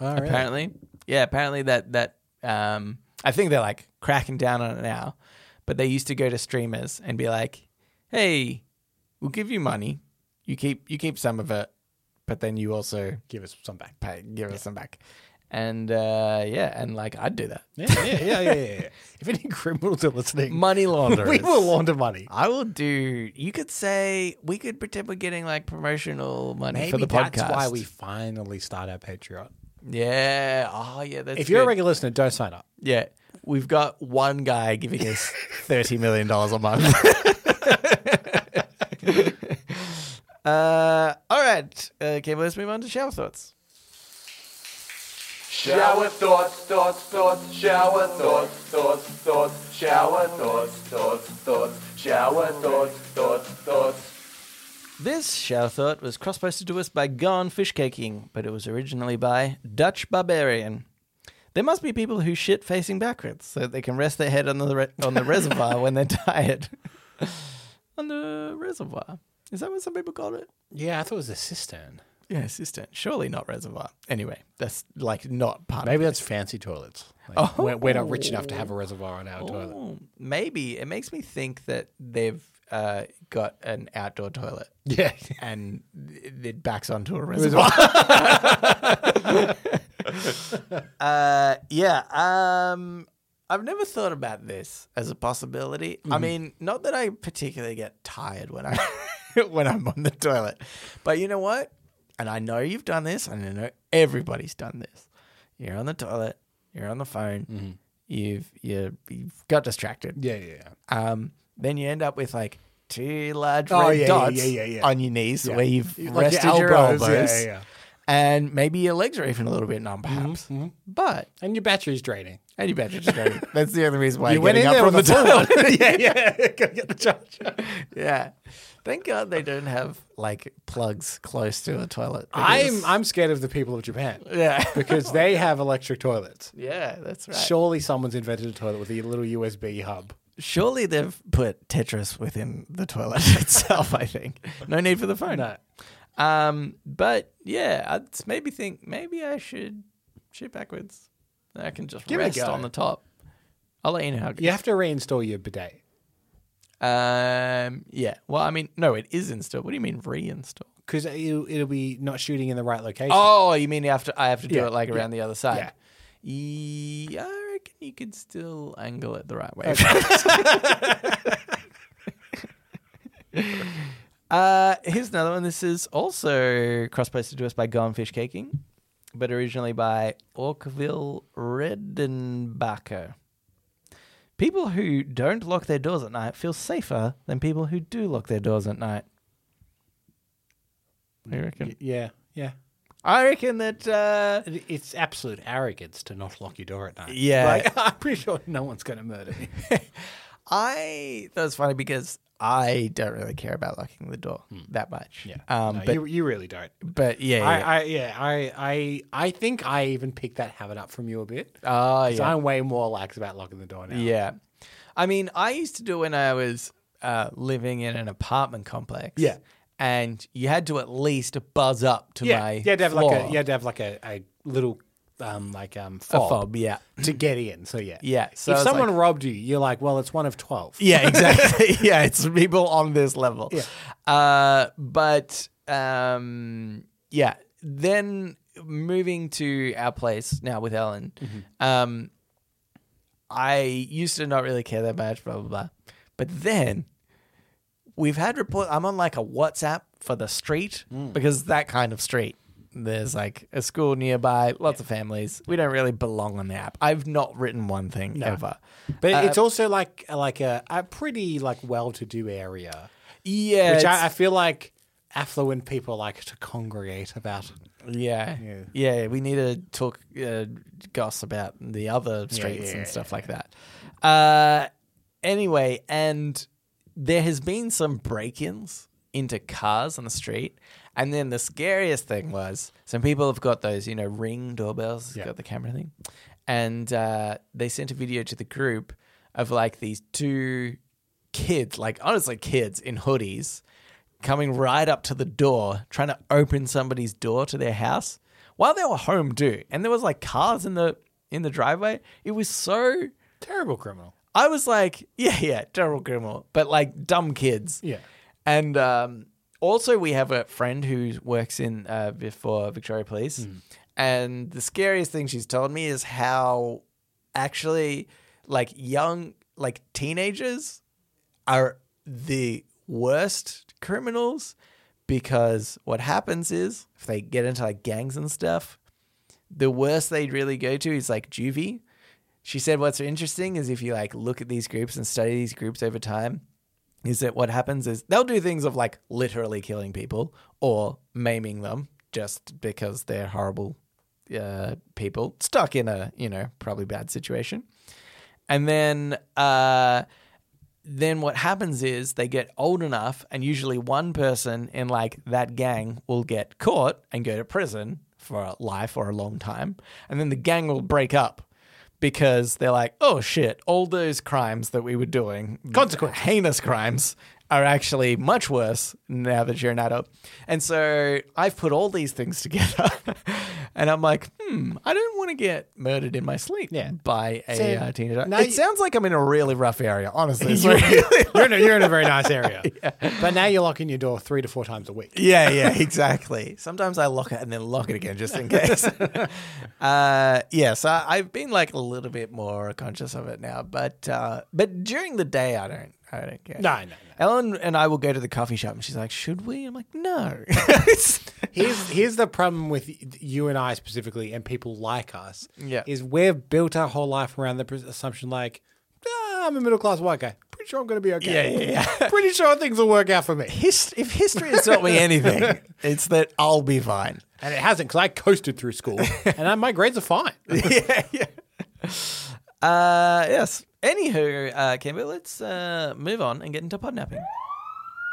Oh,
Apparently, yeah. Apparently that that um, I think they're like cracking down on it now, but they used to go to streamers and be like, "Hey, we'll give you money. You keep you keep some of it, but then you also
Give us some back.
pay give us some back." And uh, yeah, and like I'd do that.
Yeah, yeah, yeah, yeah,
[LAUGHS]
yeah. yeah. if any criminals are listening,
Money laundering.
[LAUGHS] we will launder money.
I will do. You could say we could pretend we're getting like promotional money
Maybe
for the podcast.
that's why we finally start our Patreon.
Yeah. Oh, yeah. That's
If you're a
good.
regular listener, don't sign up.
yeah, we've got one guy giving [LAUGHS] us [LAUGHS] thirty million dollars a month. uh, all right, uh, Cable. Let's move on to shower thoughts.
Shower thoughts, thoughts, thoughts, shower thoughts, thoughts, thoughts, shower thoughts, thoughts, thoughts, shower thoughts, thoughts, thoughts.
This shower thought was cross-posted to us by Gone Fishcaking, but it was originally by Dutch Barbarian. There must be people who shit facing backwards so that they can rest their head on the re- on the reservoir when they're [LAUGHS] tired. on the reservoir. Is that what some people call it?
[LAUGHS] Yeah, I thought it was a cistern.
Yeah, assistant. Surely not reservoir. Anyway, that's like not part
Maybe that's fancy toilets. Like, we're, we're not rich enough to have a reservoir on our
of
toilet.
Oh, [LAUGHS] Maybe it makes me think that they've uh, got an outdoor toilet
Yeah.
[LAUGHS] and it it backs onto a reservoir. [LAUGHS] uh, yeah. Um, I've never thought about this as a possibility. I mean, not that I particularly get tired when I [LAUGHS] when I'm on the toilet, but you know what? And I know you've done this, and I know everybody's done this. You're on the toilet. You're on the phone. You've you you've got distracted
Yeah, yeah, yeah.
um, then you end up with like two large
Oh,
red
yeah,
dots
yeah, yeah, yeah.
on your knees where you've
Like your
rested your, elbows,
elbows, yeah, yeah, Mm-hmm, yeah.
and maybe your legs are even a little bit numb, perhaps. But
And your battery's draining.
and you better just
[LAUGHS]
go. That's the only reason why
You
you're
went
getting
in
up
there
from the
with a full
toilet. [LAUGHS]
[LAUGHS] yeah, yeah. Go get the charger.
yeah. Thank God they don't have like plugs close to a toilet. because-
I'm I'm scared of the people of Japan
yeah,
because they have electric toilets.
[LAUGHS] yeah, that's right.
Surely someone's invented a toilet with a little USB hub.
Surely they've put Tetris within the toilet [LAUGHS] itself. I think no need for the phone.
No.
Um, but yeah, it's maybe think maybe I should shit backwards. I can just
Give it a
rest
go.
on the top. I'll let you know how. It
You have to reinstall your bidet.
goes. Um, yeah. Well, I mean, no, it is installed. What do you mean reinstall?
Because it'll, it'll be not shooting in the right location.
Oh, you mean you have to? I have to do
Yeah,
it like around the other side.
yeah.
Yeah, I reckon you could still angle it the right way. [LAUGHS] uh, here's another one. This is also cross-posted to us by Gone Fish Caking, but originally by Orkville Redenbacher. People who don't lock their doors at night feel safer than people who do lock their doors at night. I reckon.
Y- Yeah, yeah.
I reckon that. Uh, [LAUGHS]
It- It's absolute arrogance to not lock your door at night.
Yeah.
Like, [LAUGHS] I'm pretty sure no one's going to murder me.
I that was funny because I don't really care about locking the door that much.
[LAUGHS]
Um.
Hmm. No,
but
you, you really don't.
but yeah.
I,
yeah.
I yeah I I I think I even picked that habit up from you a bit.
oh
'Cause
yeah.
I'm way more lax about locking the door now.
yeah. I mean, I used to do when I was uh, living in an apartment complex.
Yeah.
And you had to at least buzz up to
yeah.
my
You had to have
floor.
like a you had to have like a, a little um like um
A
fob,
fob. Yeah.
to get in. So yeah,
Yeah. So
if
it's like-
someone robbed you, you're like, well, it's one of twelve.
Yeah, exactly. [LAUGHS] yeah, it's people on this level. Uh, but um, yeah, then moving to our place now with Ellen,
Mm-hmm.
um, I used to not really care that much, blah, blah, blah. But then we've had report. I'm on like a WhatsApp for the street
Mm.
because that kind of street. There's like a school nearby, lots of families. We don't really belong on the app. I've not written one thing ever.
But it's also like like a, a pretty like well-to-do area,
Yeah,
which
it's-
I, I feel like affluent people like to congregate about.
Yeah.
Yeah.
yeah, We need to talk, uh, goss about the other streets
yeah,
and stuff like that. Uh, anyway, and there has been some break-ins into cars on the street. And then the scariest thing was some people have got those, you know, ring doorbells, it's
Yeah.
got the camera thing. And uh, they sent a video to the group of like these two kids, like honestly kids in hoodies, coming right up to the door, trying to open somebody's door to their house while they were home too. And there was like cars in the in the driveway. It was so
Terrible criminal.
I was like, yeah, yeah, terrible criminal, but like dumb kids.
Yeah.
And um, also, we have a friend who works in uh, before Victoria Police, and the scariest thing she's told me is how actually, like young, like teenagers, are the worst criminals because what happens is if they get into like gangs and stuff, the worst they'd really go to is like juvie. She said what's interesting is if you like look at these groups and study these groups over time, is that what happens is they'll do things of like literally killing people or maiming them just because they're horrible uh, people stuck in a you know probably bad situation and then uh, then what happens is they get old enough and usually one person in like that gang will get caught and go to prison for a life or a long time and then the gang will break up because they're like oh shit all those crimes that we were doing
Consequences.
heinous crimes are actually much worse now that you're an adult and so i've put all these things [LAUGHS] together and i'm like hmm i don't want to get murdered in my sleep
Yeah.
by a
So,
uh, teenager
now
it
you-
sounds like I'm in a really rough area,
[LAUGHS]
honestly. It's
[LAUGHS] You're,
really-
you're in a, you're in a very nice [LAUGHS] area. But now you're locking your door three to four times a week.
yeah, yeah, [LAUGHS] exactly. Sometimes I lock it and then lock it again just in case. [LAUGHS] uh, yeah, so I- I've been like a little bit more conscious of it now, but uh, but during the day I don't I don't care.
No, no, no.
Ellen and I will go to the coffee shop and she's like, "Should we?" I'm like, [LAUGHS] "No." It's-
Here's here's the problem with you and I specifically, and people like us.
Yeah.
is we've built our whole life around the pres- assumption like, "Ah, I'm a middle class white guy. Pretty sure I'm going to be okay.
Yeah, yeah, [LAUGHS] yeah.
[LAUGHS] Pretty sure things will work out for me.
Hist- if history has taught me anything, it's that I'll be fine.
And it hasn't because I coasted through
[LAUGHS]
school, and I, my grades are fine.
yeah, yeah. Uh, yes. Anywho, uh, Kimber, let's uh, move on and get into podnapping.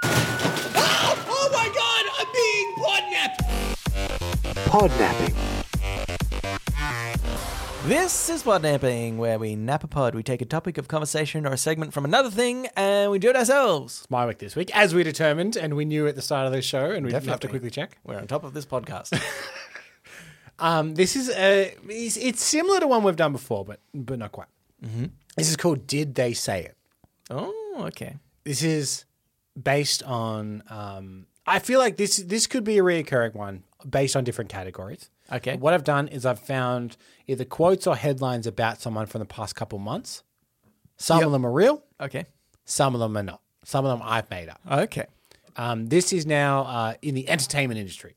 Oh my god, I'm being podnapped!
This is podnapping, where we nap a pod. We take a topic of conversation or a segment from another thing, and we do it ourselves.
My week this week, as we determined, and we knew at the start of the show, and we didn't have to
Definitely.
quickly check.
We're on top of this [LAUGHS] podcast.
Um, this is a it's, it's similar to one we've done before, but but not quite.
Mm-hmm.
This is called "Did They Say It."
oh, okay.
This is based on. Um, I feel like this this could be a reoccurring one based on different categories.
Okay.
What I've done is I've found either quotes or headlines about someone from the past couple months. Some of them are real.
Okay.
Some of them are not. Some of them I've made up.
Okay.
Um, this is now uh, in the entertainment industry.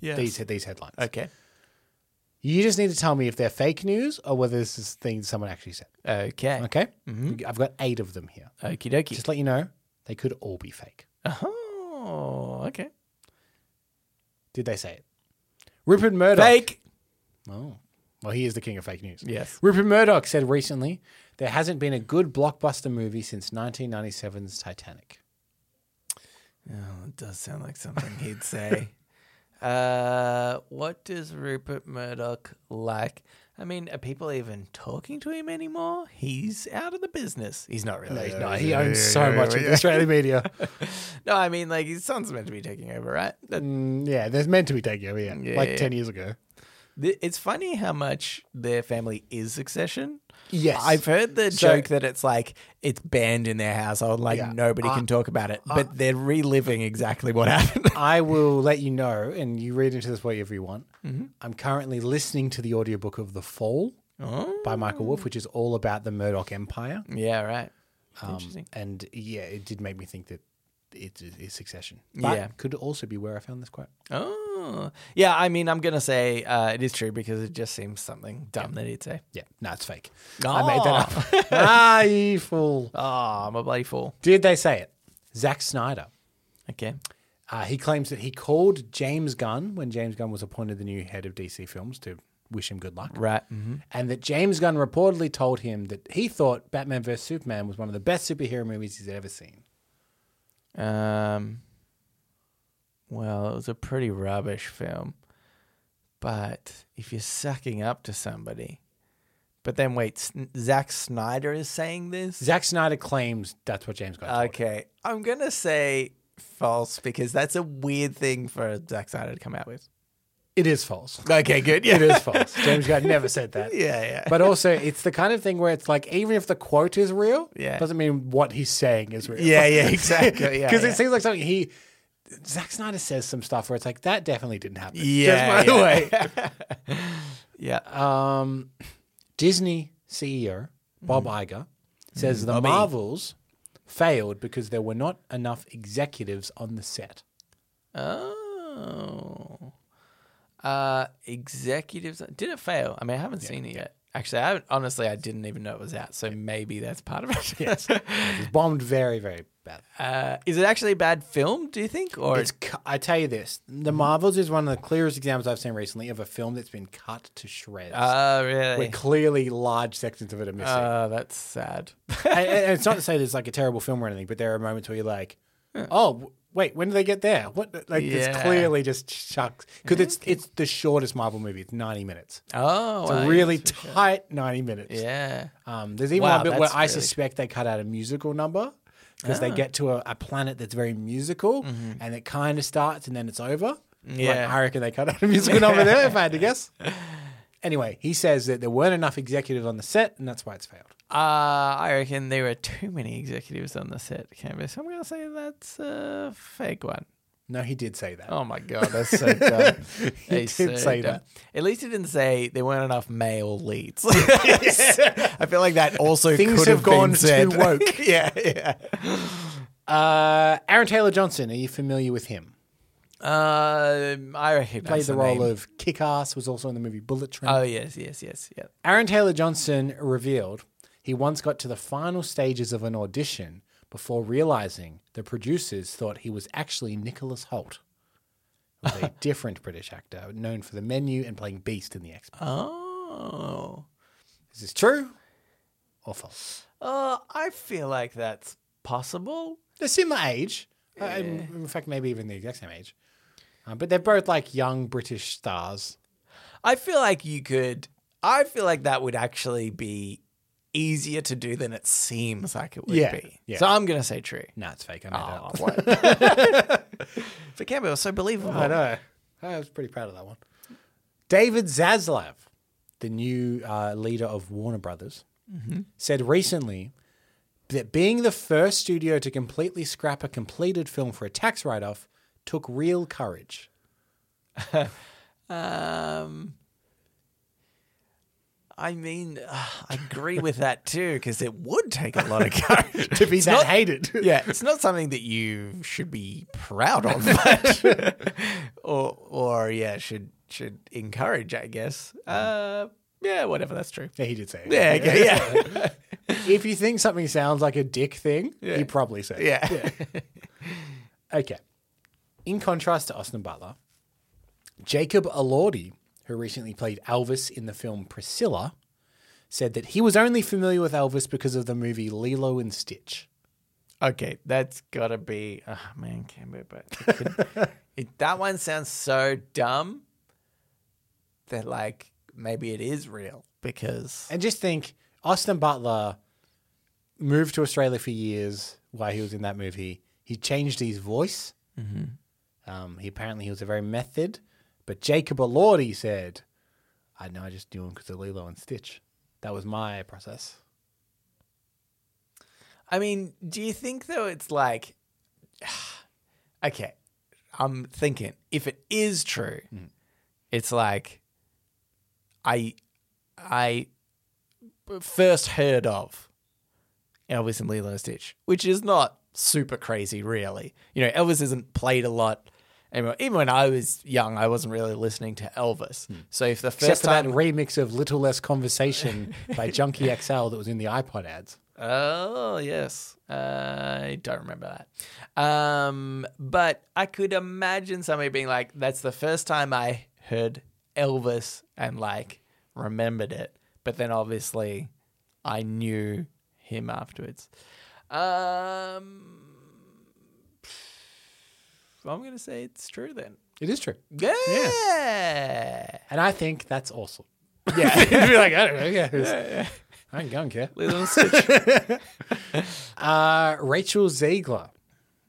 Yeah.
These these headlines.
Okay.
You just need to tell me if they're fake news or whether this is things someone actually said.
Okay.
Okay?
Mm-hmm.
I've got eight of them here.
Okie dokie.
Just let you know, they could all be fake.
Oh, okay.
Did they say it? Rupert Murdoch.
Fake.
Oh. Well, he is the king of fake news.
Yes.
Rupert Murdoch said recently there hasn't been a good blockbuster movie since 1997's Titanic.
Oh, it does sound like [LAUGHS] something he'd say. uh, what does Rupert Murdoch like? I mean, are people even talking to him anymore? He's out of the business. He's not really.
No, he owns so much of the
[LAUGHS]
Australian media.
No, I mean, like his son's meant to be taking over, right? That-
Mm, yeah, there's meant to be taking over, yeah.
Yeah.
Like 10 years ago.
th- It's funny how much their family is Succession.
Yes.
I've heard the
So-
joke that it's like it's banned in their household, like
Yeah.
nobody
Uh,
can talk about it, but they're reliving exactly what happened.
I will let you know, and you read into this whatever you want.
Mm-hmm.
I'm currently listening to the audiobook of The Fall
Oh.
by Michael Wolff, which is all about the Murdoch Empire.
[LAUGHS] yeah, right.
Um,
Interesting.
And yeah, it did make me think that it is is succession.
Yeah.
yeah. could also be where I found this quote.
Oh, yeah. I mean, I'm gonna say uh, it is true because it just seems something dumb that he'd say.
Yeah, no, it's fake. I made that up. [LAUGHS] ah, you fool.
Oh, I'm a bloody fool.
Did they say it? Zack Snyder.
Okay.
Uh, he claims that he called James Gunn when James Gunn was appointed the new head of DC Films to wish him good luck.
Right. Mm-hmm.
and that James Gunn reportedly told him that he thought Batman vs Superman was one of the best superhero movies he's ever seen.
Um. well, it was a pretty rubbish film. But if you're sucking up to somebody, but then wait, S- Zack Snyder is saying this?
Zack Snyder claims that's what James
Uh,
got.
Okay, I'm gonna say false because that's a weird thing for Zack Snyder to come out with.
It is false.
Okay, good. [LAUGHS] Yeah,
It is false. James Gunn never said that.
yeah, yeah.
But also, it's the kind of thing where it's like, even if the quote is real,
Yeah.
doesn't mean what he's saying is real.
yeah, yeah,
[LAUGHS]
exactly. Yeah,
Because
yeah.
it seems like something he, Zack Snyder says some stuff where it's like, that definitely didn't happen.
Yeah,
Just by the
yeah.
way.
yeah.
Um, Disney CEO Bob Iger says the Marvels failed because there were not enough executives on the set.
Oh. Uh, executives. Did it fail? I mean, I haven't seen it yet. Actually, I haven't, honestly, I didn't even know it was out. So maybe that's part of it. Yes.
[LAUGHS] It bombed very, very bad.
[LAUGHS] uh, is it actually a bad film? Do you think? Or
It's, cu- I tell you this, The Marvels is one of the clearest examples I've seen recently of a film that's been cut to shreds.
oh,
where
really?
clearly large sections of it are missing.
Oh, that's sad.
and, and it's not to say there's like a terrible film or anything, but there are moments where you're like, oh, w- wait, when do they get there? What? Like it's
Yeah.
clearly just chucks because it's it's the shortest Marvel movie. It's 90 minutes.
oh,
It's a
wow,
really
yes, for sure.
tight 90 minutes.
Yeah.
Um, there's even
Wow,
one bit where
that's Ah.
I
really-
suspect they cut out a musical number because they get to a, a planet that's very musical and it kind of starts and then it's over. Like,
Mm-hmm. Yeah.
I reckon they cut out a musical number there if I had
[LAUGHS]
to guess. Anyway, he says that there weren't enough executives on the set and that's why it's failed.
Uh, I reckon there were too many executives on the set canvas. I'm gonna say that's a fake one.
No, he did say that.
Oh my god, that's so
[LAUGHS]
dumb.
He
That is
did say
dumb.
that.
At least he didn't say there weren't enough male
[LAUGHS]
leads. I feel like that also
Things
could
have
been
gone too
said. [LAUGHS]
woke.
yeah, yeah.
Uh, Aaron Taylor Johnson, are you familiar with him?
Um, I recognize
Played the,
the
role
name.
of Kick Ass, was also in the movie Bullet Train.
Oh yes, yes, yes, yeah.
Aaron Taylor Johnson revealed he once got to the final stages of an audition before realizing the producers thought he was actually Nicholas Holt, who was a different British actor known for the menu and playing Beast in the X Men.
Oh,
Is this true or false?
uh, I feel like that's possible.
They're similar age. Uh, in in fact, maybe even the exact same age. Uh, but they're both like young British stars.
I feel like you could. I feel like that would actually be easier to do than it seems like it would
Yeah,
be.
yeah.
So I'm gonna say true.
No, it's fake. I made that
[LAUGHS] Oh,
up.
what? but Campbell was so believable.
I know. I was pretty proud of that one. David Zaslav, the new uh, leader of Warner Brothers, said recently that being the first studio to completely scrap a completed film for a tax write off took real courage.
Um, I mean, [SIGHS] uh, I agree with that too because it would take a lot of [LAUGHS] courage
To be that
not-
[LAUGHS] hated.
Yeah, it's not something that you should be proud of, [LAUGHS] but- or or yeah, should should encourage, I guess. Uh, yeah, whatever. That's true.
Yeah, he did say it.
Yeah, okay, yeah,
If you think something sounds like a dick thing, he probably said it.
yeah.
Okay. In contrast to Austin Butler, Jacob Elordi, who recently played Elvis in the film Priscilla, said that he was only familiar with Elvis because of the movie Lilo and Stitch.
Okay, that's gotta be. Oh man, Cambo, but it could- it, that one sounds so dumb that like maybe it is real because
And just think Austin Butler moved to Australia for years while he was in that movie. He changed his voice. Um, he apparently he was a very method, but Jacob Elordi said, "I know I just do him because of Lilo and Stitch. That was my process."
I mean, do you think though it's like, [SIGHS] okay, I'm thinking if it is true,
Mm-hmm.
it's like, I, I first heard of Elvis and Lilo and Stitch, which is not super crazy, really. You know, Elvis isn't played a lot. anymore. Even when I was young, I wasn't really listening to Elvis. So if the
Hmm. Except
first
for
time,
that remix of Little Less Conversation by Junkie XL that was in the iPod ads.
Oh yes, I don't remember that. Um, but I could imagine somebody being like, "That's the first time I heard Elvis and like remembered it." But then obviously, I knew him afterwards. Um, I'm going to say it's true then.
It is true.
Yeah.
And I think that's awesome. Yeah. [LAUGHS] You'd be like, I don't know. Yeah. it's- I ain't going care.
Little Stitch.
Uh, Rachel Ziegler,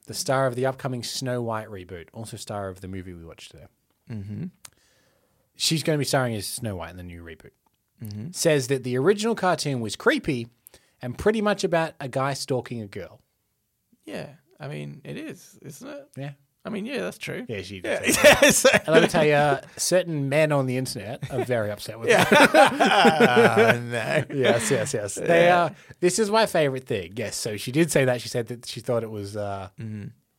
the star of the upcoming Snow White reboot, also star of the movie we watched today. Mm-hmm. She's going to be starring as Snow White in the new reboot. Says that the original cartoon was creepy and pretty much about a guy stalking a girl.
[LAUGHS] yeah. I mean, it is, isn't it?
Yeah.
I mean, yeah, that's true.
Yeah, she did. say that.
Yeah, [LAUGHS] so-
And let me tell you, certain men on the internet are very upset with that. [LAUGHS] yes, yes, yes. They are. This is my favorite thing. Yes. So she did say that. She said that she thought it was uh,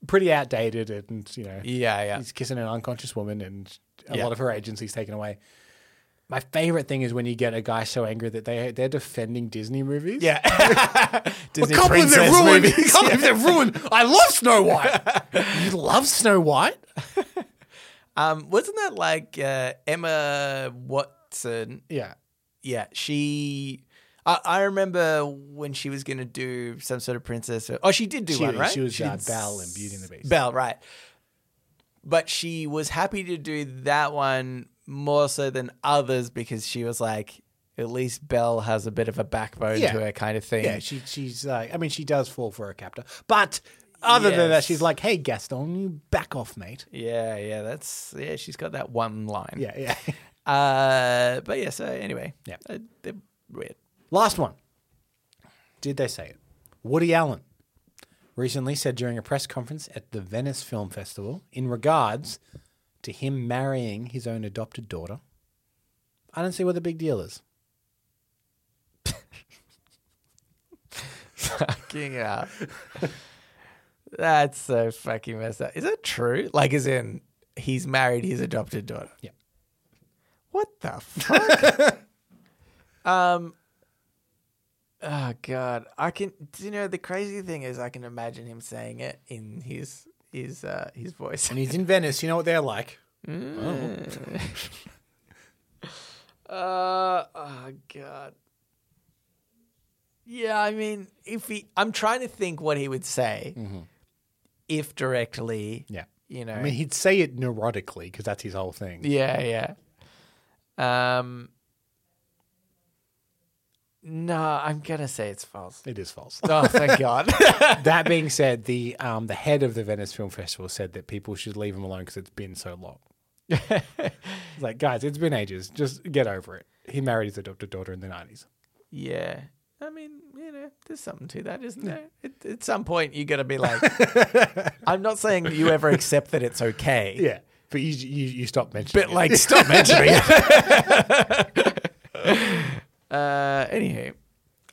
pretty outdated, and you know,
yeah, yeah.
he's kissing an unconscious woman, and a
Yeah.
lot of her agency's taken away. My favorite thing is when you get a guy so angry that they they're defending Disney movies.
Yeah. [LAUGHS] Disney princess movies.
Can't believe they're ruined. I love Snow White. [LAUGHS] you love Snow White?
Um, wasn't that like uh, Emma Watson?
Yeah.
Yeah, she. I, I remember when she was going to do some sort of princess. Oh, she did do
She-
one, right?
she was, uh,
did
Belle in
s-
Beauty and the Beast.
Belle, right. But she was happy to do that one more so than others because she was like, at least Belle has a bit of a backbone
Yeah.
to her kind of thing.
Yeah, she she's like I mean she does fall for a captor. But other than that,
Yes.
she's like, Hey Gaston, you back off, mate.
yeah, yeah, that's. Yeah, she's got that one line.
Yeah, yeah. [LAUGHS]
Uh, but yeah, so anyway.
Yeah.
Uh, they're
[LAUGHS]
weird.
Last one. Did they say it? Woody Allen recently said during a press conference at the Venice Film Festival in regards to him marrying his own adopted daughter. I don't see what the big deal is.
fucking up. That's so fucking messed up. Is that true? Like, as in, he's married his adopted daughter.
Yeah.
What the fuck?
[LAUGHS]
um. Oh god, I can. Do you know the crazy thing is I can imagine him saying it in his his uh, his voice.
And he's in Venice, you know what they're like.
Uh, oh god. Yeah, I mean, if he, I'm trying to think what he would say if directly.
Mm-hmm. Yeah.
you know.
I mean, he'd say it neurotically because that's his whole thing.
yeah, yeah. Um. No, I'm gonna say it's
[LAUGHS]
false.
It is false.
Oh, thank God.
that being said, the um, the head of the Venice Film Festival said that people should leave him alone because it's been so long. [LAUGHS] It's like, guys, it's been ages. Just get over it. He married his adopted daughter in the nineties.
[LAUGHS] yeah. I mean, you know, there's something to that, isn't there? At, at some point, you got to be
[LAUGHS]
like, I'm not saying you ever accept that it's okay.
Yeah, but you you, you stop mentioning.
But
[LAUGHS]
like, stop mentioning it. uh, anywho,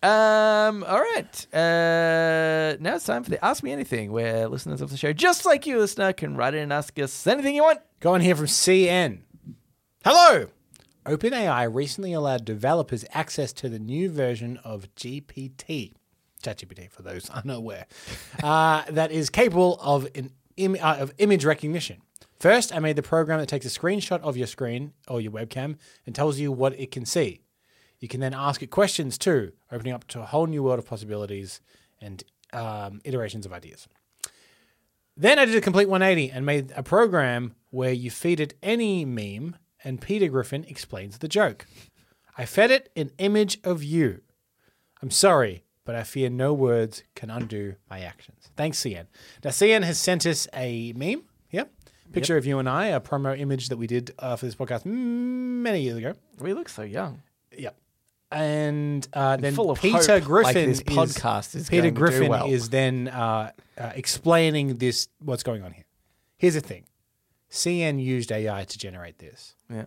um, all right. Uh, now it's time for the Ask Me Anything, where listeners of the show, just like you, listener, can write in and ask us anything you want.
Go on here from CN. Hello. OpenAI recently allowed developers access to the new version of GPT, ChatGPT for those [LAUGHS] unaware, uh, that is capable of an Im- uh, of image recognition. First, I made the program that takes a screenshot of your screen or your webcam and tells you what it can see. You can then ask it questions too, opening up to a whole new world of possibilities and um, iterations of ideas. Then I did a complete 180 and made a program where you feed it any meme and Peter Griffin explains the joke. I fed it an image of you. I'm sorry, but I fear no words can undo my actions. Thanks, CN. Now, CN has sent us a meme. Yep. Picture of you and I, a promo image that we did uh, for this podcast many years ago.
We look so young.
Yep. And uh, then
full of
Peter
hope,
Griffin
like this
is-
podcast is
Peter
going to do
Griffin
well.
is then uh, uh, explaining this what's going on here. Here's the thing: CN used AI to generate this,
Yeah.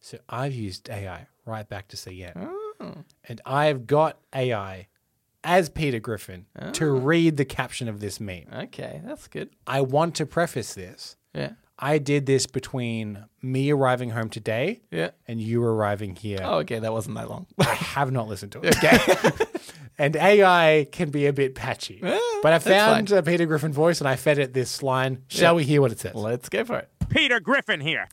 so I've used AI right back to CN,
Oh.
and I've got AI as Peter Griffin to
Ah.
read the caption of this meme.
Okay, that's good.
I want to preface this:
Yeah.
I did this between me arriving home today
Yeah.
and you arriving here.
Oh, okay, that wasn't that long. [LAUGHS]
I have not listened to it. [LAUGHS] and AI can be a bit patchy. But I
that's fine.
found a Peter Griffin voice and I fed it this line. Shall we hear what it says?
Let's go for it.
Peter Griffin here.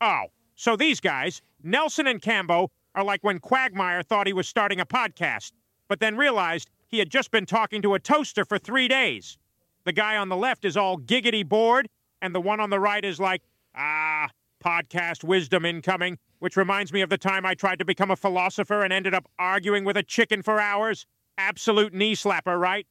Oh, so these guys, Nelson and Cambo, are like when Quagmire thought he was starting a podcast, but then realized he had just been talking to a toaster for three days. The guy on the left is all giggity bored, and the one on the right is like, ah, podcast wisdom incoming, which reminds me of the time I tried to become a philosopher and ended up arguing with a chicken for hours. Absolute knee slapper, right?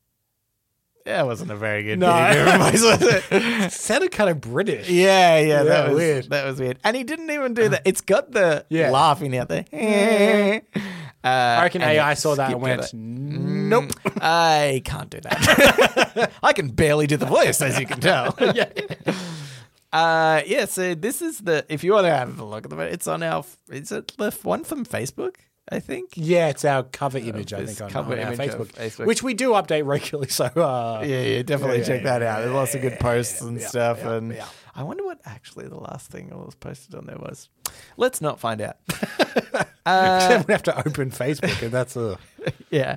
That wasn't a very good
No.
video compromise, was [LAUGHS] it?
It sounded kind of
[LAUGHS]
British.
Yeah, yeah, that
Yeah,
was
weird.
That was weird. And he didn't even do that. It's got [LAUGHS] the
Yeah.
laughing out there. Uh,
I reckon
and
AI
it
saw that and
skipped
went,
over.
nope.
I can't do that. I can barely do the voice, as you can tell. yeah. Uh, yeah. So this is the. If you want to have a look at the, it's on our. Is it the one from Facebook? I think.
[LAUGHS] Yeah, it's our cover image, I
this
think, on,
cover
on our
image
Facebook,
of Facebook.
which we do update regularly. So, uh,
Yeah, yeah, definitely
Yeah,
check
yeah,
that out. There's lots of good posts and
yeah,
stuff.
yeah,
and
yeah.
I wonder what actually the last thing that was posted on there was. Let's not find [LAUGHS] out.
[LAUGHS] we have to open Facebook, and that's a
yeah.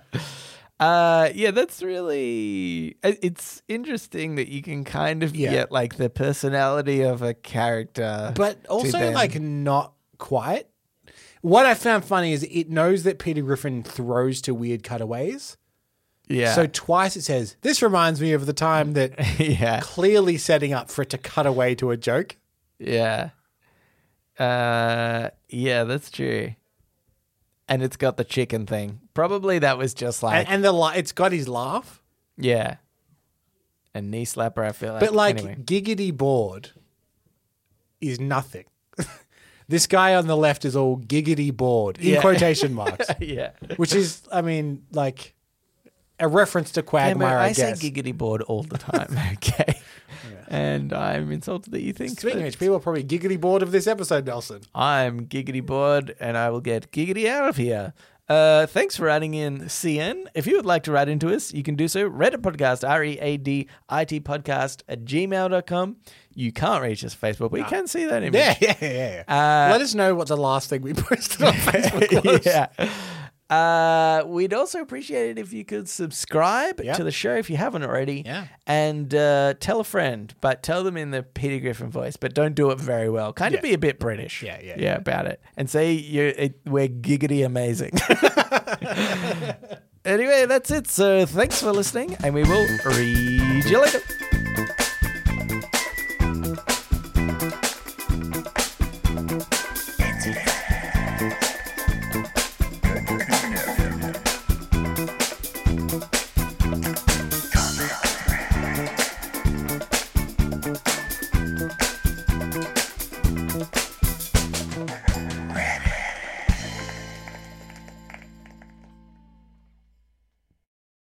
Uh, yeah, that's really. i- It's interesting that you can kind of
Yeah.
get like the personality of a character,
but
to
also
them.
like not quite. What I found funny is it knows that Peter Griffin throws to weird cutaways.
yeah,
So twice it says, "This reminds me of the time
[LAUGHS]
that."
yeah,
Clearly setting up for it to cut away to a joke.
yeah, uh, yeah. That's true. And it's got the chicken thing. Probably that was just like
and, and the la- it's got his laugh,
yeah, a knee slapper. I feel like,
but like
anyway.
giggity bored is nothing. [LAUGHS] this guy on the left is all giggity bored in
Yeah. [LAUGHS]
quotation marks,
yeah.
which is, I mean, like a reference to
Amber,
Quagmire. I,
I, say
guess.
giggity board all the time, [LAUGHS] okay? And I'm insulted that you think
Speaking of
that
which, people are probably giggity bored of this episode, Nelson.
I'm giggity bored and I will get giggity out of here. Uh, thanks for writing in, CN. If you would like to write into us, you can do so. Reddit podcast, R E A D I T podcast at gmail.com. You can't reach us Facebook, but you can see that image.
Yeah, yeah, yeah. yeah. Let us know what the last thing we [LAUGHS] posted on [LAUGHS] Facebook was.
yeah. Uh, we'd also appreciate it if you could subscribe
Yeah.
to the show if you haven't already.
Yeah.
And uh, tell a friend, but tell them in the Peter Griffin voice, but don't do it very well. Kind of
Yeah.
be a bit British.
Yeah, yeah,
Yeah, about it. And say you it, we're giggity
[LAUGHS]
amazing. anyway, that's it. So thanks for listening, and we will read you later.